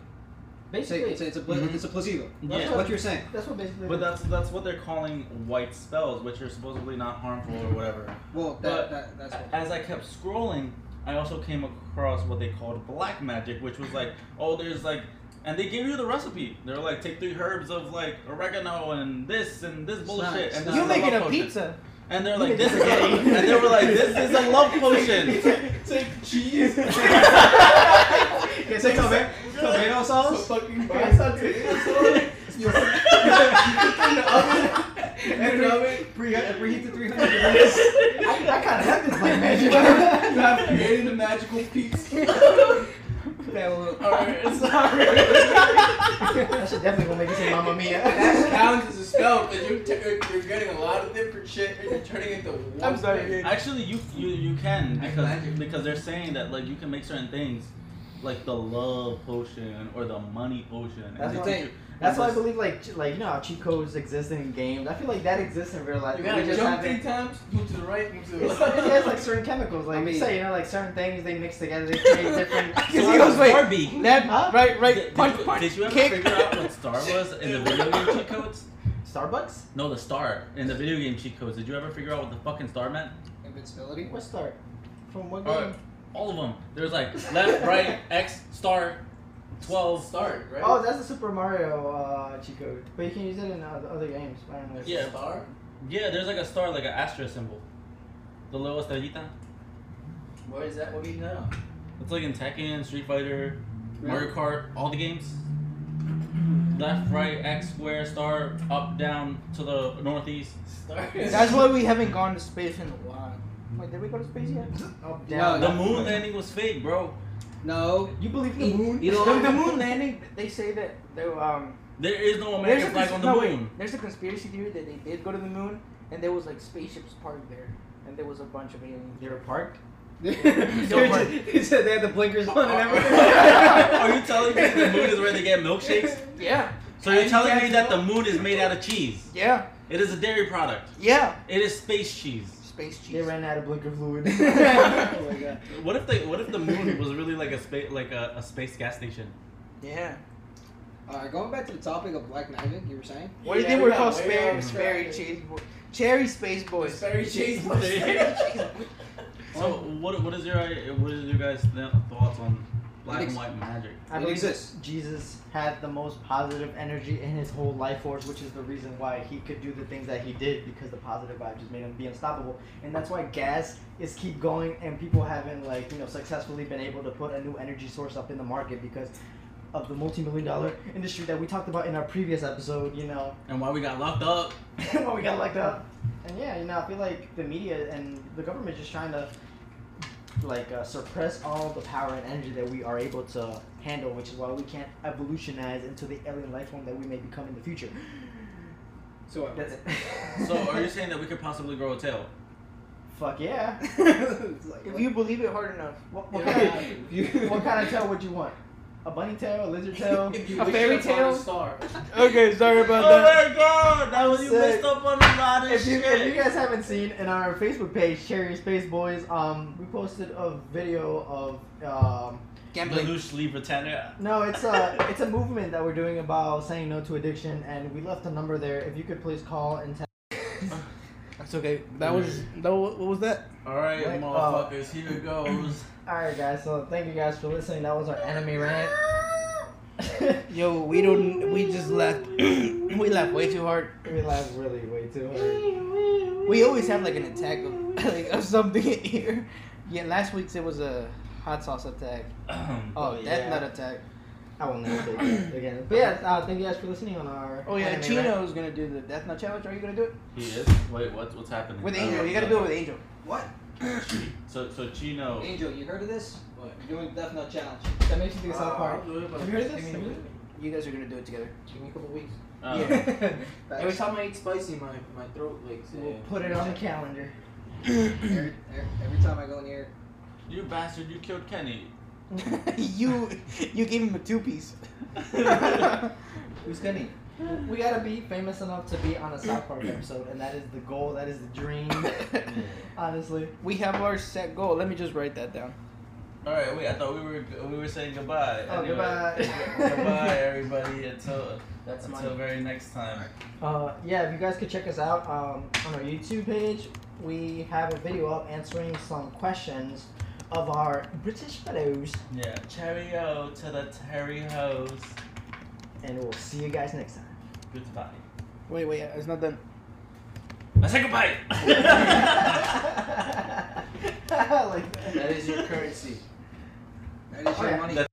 Speaker 3: a,
Speaker 2: Basically,
Speaker 3: it's a, it's a, pla-
Speaker 4: Mhm.
Speaker 3: it's a placebo.
Speaker 4: Yeah.
Speaker 3: That's what you're saying.
Speaker 2: that's what basically.
Speaker 4: But that's that's what they're calling white spells, which are supposedly not harmful or whatever.
Speaker 3: Well, that,
Speaker 4: But-
Speaker 3: that that's what.
Speaker 4: As I kept scrolling, I also came across what they called black magic, which was like, oh, there's like, and they give you the recipe. They're like, take three herbs of like oregano and this and this
Speaker 3: not-
Speaker 4: bullshit.
Speaker 3: it's
Speaker 4: and
Speaker 3: not-
Speaker 4: this
Speaker 2: you
Speaker 4: is
Speaker 2: making
Speaker 4: love
Speaker 2: a
Speaker 4: potion.
Speaker 2: pizza?
Speaker 4: And they're
Speaker 2: You
Speaker 4: like,
Speaker 2: make
Speaker 4: this
Speaker 2: a
Speaker 4: is,
Speaker 2: spaghetti.
Speaker 4: and they were like, this is a love potion.
Speaker 5: Take cheese.
Speaker 3: It's a tomato, tomato sauce.
Speaker 5: fucking buy some You're in the oven. In the oven.
Speaker 3: Pre- preheat to 300 degrees.
Speaker 1: I, I kind of have this like
Speaker 5: You
Speaker 1: magic.
Speaker 5: have created a magical piece.
Speaker 3: Okay, well,
Speaker 5: Alright, sorry.
Speaker 1: that shit definitely gonna make you say Mamma Mia.
Speaker 5: That counts as a spell, but you're, t- you're getting a lot of different shit and you're turning it to one
Speaker 2: I'm sorry,
Speaker 5: thing.
Speaker 4: Actually, you you you can
Speaker 5: That's
Speaker 4: because
Speaker 5: magic.
Speaker 4: because they're saying that like you can make certain things, like the love potion or the money potion. and
Speaker 1: That's
Speaker 4: they
Speaker 1: what-
Speaker 4: teach you-
Speaker 1: That's why I
Speaker 4: it's-
Speaker 1: believe like ch- like you know how cheat codes exist in games. I feel like that exists in real life.
Speaker 5: You
Speaker 1: Uh, We
Speaker 5: gotta
Speaker 1: just
Speaker 5: jump
Speaker 1: haven't-
Speaker 5: three times, move to the right, move to the
Speaker 1: It's,
Speaker 5: left.
Speaker 1: it's just like certain chemicals, like
Speaker 3: I
Speaker 1: you
Speaker 3: mean-
Speaker 1: say, you know, like certain things they mix together, they create different.
Speaker 2: Because he goes, wait,
Speaker 4: Barbie.
Speaker 2: left,
Speaker 1: Huh?
Speaker 2: right, right,
Speaker 4: Did- did,
Speaker 2: punch,
Speaker 4: you,
Speaker 2: punch,
Speaker 4: did you ever
Speaker 2: kick.
Speaker 4: figure out what star was in the video game cheat codes?
Speaker 1: Starbucks?
Speaker 4: No, the star in the video game cheat codes. Did you ever figure out what the fucking star meant?
Speaker 3: invincibility.
Speaker 1: What Star? From what game?
Speaker 4: Alright. All of them. There's like left, right, X, star, twelve.
Speaker 5: start, right?
Speaker 1: Oh, that's the Super Mario uh, cheat code, but you can use it in uh, other games. I don't know.
Speaker 4: Yeah.
Speaker 5: Star?
Speaker 4: Yeah, there's like a star, like an asterisk symbol. The little estrellita.
Speaker 5: What is that? What do you know?
Speaker 4: It's like in Tekken, Street Fighter, Mario Kart, all the games. Left, right, X, square, star, up, down, to the northeast.
Speaker 5: Star.
Speaker 2: That's why we haven't gone to space in a while.
Speaker 1: Wait, did we go to space yet? Up,
Speaker 3: No,
Speaker 1: down.
Speaker 4: The moon landing was fake, bro.
Speaker 3: No.
Speaker 1: You believe in
Speaker 2: E-
Speaker 1: the moon?
Speaker 3: Elon-
Speaker 2: The, the moon landing, they say that they um.
Speaker 4: There is no
Speaker 2: There's
Speaker 4: American
Speaker 2: a,
Speaker 4: flag
Speaker 2: cons-
Speaker 4: on the
Speaker 2: no, wait,
Speaker 4: moon.
Speaker 2: there's a conspiracy theory that they did go to the moon and there was like spaceships parked there and there was a bunch of aliens.
Speaker 1: You're parked.
Speaker 3: he said they had the blinkers on and everything.
Speaker 4: Oh. Are you telling me the moon is where they get milkshakes?
Speaker 2: Yeah,
Speaker 4: So you're
Speaker 5: And
Speaker 4: telling
Speaker 5: you
Speaker 4: me
Speaker 5: guys
Speaker 4: that the
Speaker 5: know-
Speaker 4: moon is made out of cheese?
Speaker 2: yeah,
Speaker 4: It is a dairy product.
Speaker 2: yeah.
Speaker 4: It is space cheese.
Speaker 2: Space
Speaker 1: They
Speaker 2: cheese.
Speaker 1: ran out of blinker fluid.
Speaker 3: Oh my God.
Speaker 4: What if they? What if the moon was really like a space, like a, a space gas station?
Speaker 2: Yeah.
Speaker 3: Alright, going back to the topic of black magic, you were saying?
Speaker 2: What do you
Speaker 5: Yeah,
Speaker 2: think
Speaker 5: we
Speaker 2: we're called?
Speaker 5: got way
Speaker 2: Spare,
Speaker 5: off
Speaker 2: spare
Speaker 5: track.
Speaker 2: cheese boy, cherry space boys.
Speaker 5: Sperry cheese.
Speaker 4: So what? What is your? What is your guys' th- thoughts on black and white magic?
Speaker 1: I
Speaker 3: It
Speaker 1: believe
Speaker 3: exists.
Speaker 1: Jesus had the most positive energy in his whole life force, which is the reason why he could do the things that he did because the positive vibe just made him be unstoppable. And that's why gas is keep going and people haven't like, you know, successfully been able to put a new energy source up in the market because of the multi-million dollar industry that we talked about in our previous episode, you know,
Speaker 4: And why we got locked up?
Speaker 1: when we got locked up. And yeah, you know, I feel like the media and the government just trying to like uh, suppress all the power and energy that we are able to handle, which is why we can't evolutionize into the alien life form that we may become in the future.
Speaker 3: So what?
Speaker 1: That's it.
Speaker 4: So are you saying that we could possibly grow a tail?
Speaker 1: Fuck yeah.
Speaker 3: It's like,
Speaker 2: If you believe it hard enough,
Speaker 1: What, what, kind
Speaker 5: Yeah.
Speaker 1: of, what kind of tail would you want? A bunny tail, a lizard tail?
Speaker 5: If you
Speaker 2: A
Speaker 5: wish
Speaker 2: fairy
Speaker 5: upon
Speaker 2: tale?
Speaker 5: A star.
Speaker 2: Okay, sorry about
Speaker 4: Oh my god! That was you
Speaker 1: Sick.
Speaker 4: messed up on a lot of
Speaker 1: if you, if you
Speaker 4: shit.
Speaker 1: guys haven't seen in our Facebook page, Cherry Space Boys, um, we posted a video of um,
Speaker 2: Gambling.
Speaker 4: Lelouch Britannia.
Speaker 1: No, it's a it's a movement that we're doing about saying no to addiction, and we left a number there. If you could please call and tell.
Speaker 2: That's okay. That was that. wa- What was that?
Speaker 4: All right,
Speaker 1: Like, uh,
Speaker 4: motherfuckers, here it goes.
Speaker 1: All right, guys. So thank you guys for listening. That was our enemy rant.
Speaker 2: Yo, we don't. We just left. we laughed way too hard.
Speaker 1: we laughed really way too hard.
Speaker 2: We always have like an attack of like of something in here. Yeah, last week's it was a hot sauce attack.
Speaker 4: Ahem.
Speaker 2: Oh,
Speaker 1: Oh,
Speaker 2: death
Speaker 1: yeah.
Speaker 2: nut attack.
Speaker 1: I will never take that again. But yeah, uh, thank you guys for listening on our.
Speaker 2: Oh yeah,
Speaker 1: anime rant.
Speaker 2: Chino's gonna do the Death Note challenge. Are you gonna do it
Speaker 4: He is. Wait, what's what's happening?
Speaker 2: with
Speaker 4: I
Speaker 2: Angel?
Speaker 4: don't
Speaker 2: You gotta do
Speaker 4: know.
Speaker 2: it with Angel.
Speaker 3: What?
Speaker 4: So so Chino.
Speaker 3: Angel, you heard of this?
Speaker 5: What?
Speaker 3: You're doing Death Note Challenge.
Speaker 1: That makes you think of South Park. Have you heard of this? Have you heard of
Speaker 2: You guys are gonna do it together.
Speaker 5: Give me a couple weeks.
Speaker 4: Uh,
Speaker 2: Yeah.
Speaker 5: Every time I eat spicy, my, my throat like.
Speaker 1: We'll put it on the calendar.
Speaker 3: every, every time I go in here,
Speaker 4: You bastard! You killed Kenny.
Speaker 2: you you gave him a two piece.
Speaker 5: Who's Kenny?
Speaker 1: We gotta be famous enough to be on a South Park episode, and that is the goal. That is the dream. Honestly,
Speaker 2: we have our set goal. Let me just write that down.
Speaker 4: All right, wait. I thought we were we were saying goodbye.
Speaker 1: Oh, goodbye.
Speaker 4: goodbye, everybody. Until
Speaker 5: That's
Speaker 4: until very next time.
Speaker 1: uh, yeah. If you guys could check us out um, on our YouTube page, we have a video up answering some questions of our British fellows,
Speaker 4: Yeah, cheerio to the Terry hoes.
Speaker 1: and we'll see you guys next time.
Speaker 4: Goodbye.
Speaker 2: Wait, wait, it's not done.
Speaker 4: I said goodbye.
Speaker 1: like that.
Speaker 5: That is your currency.
Speaker 3: that is
Speaker 1: Oh,
Speaker 3: your
Speaker 1: yeah.
Speaker 3: money.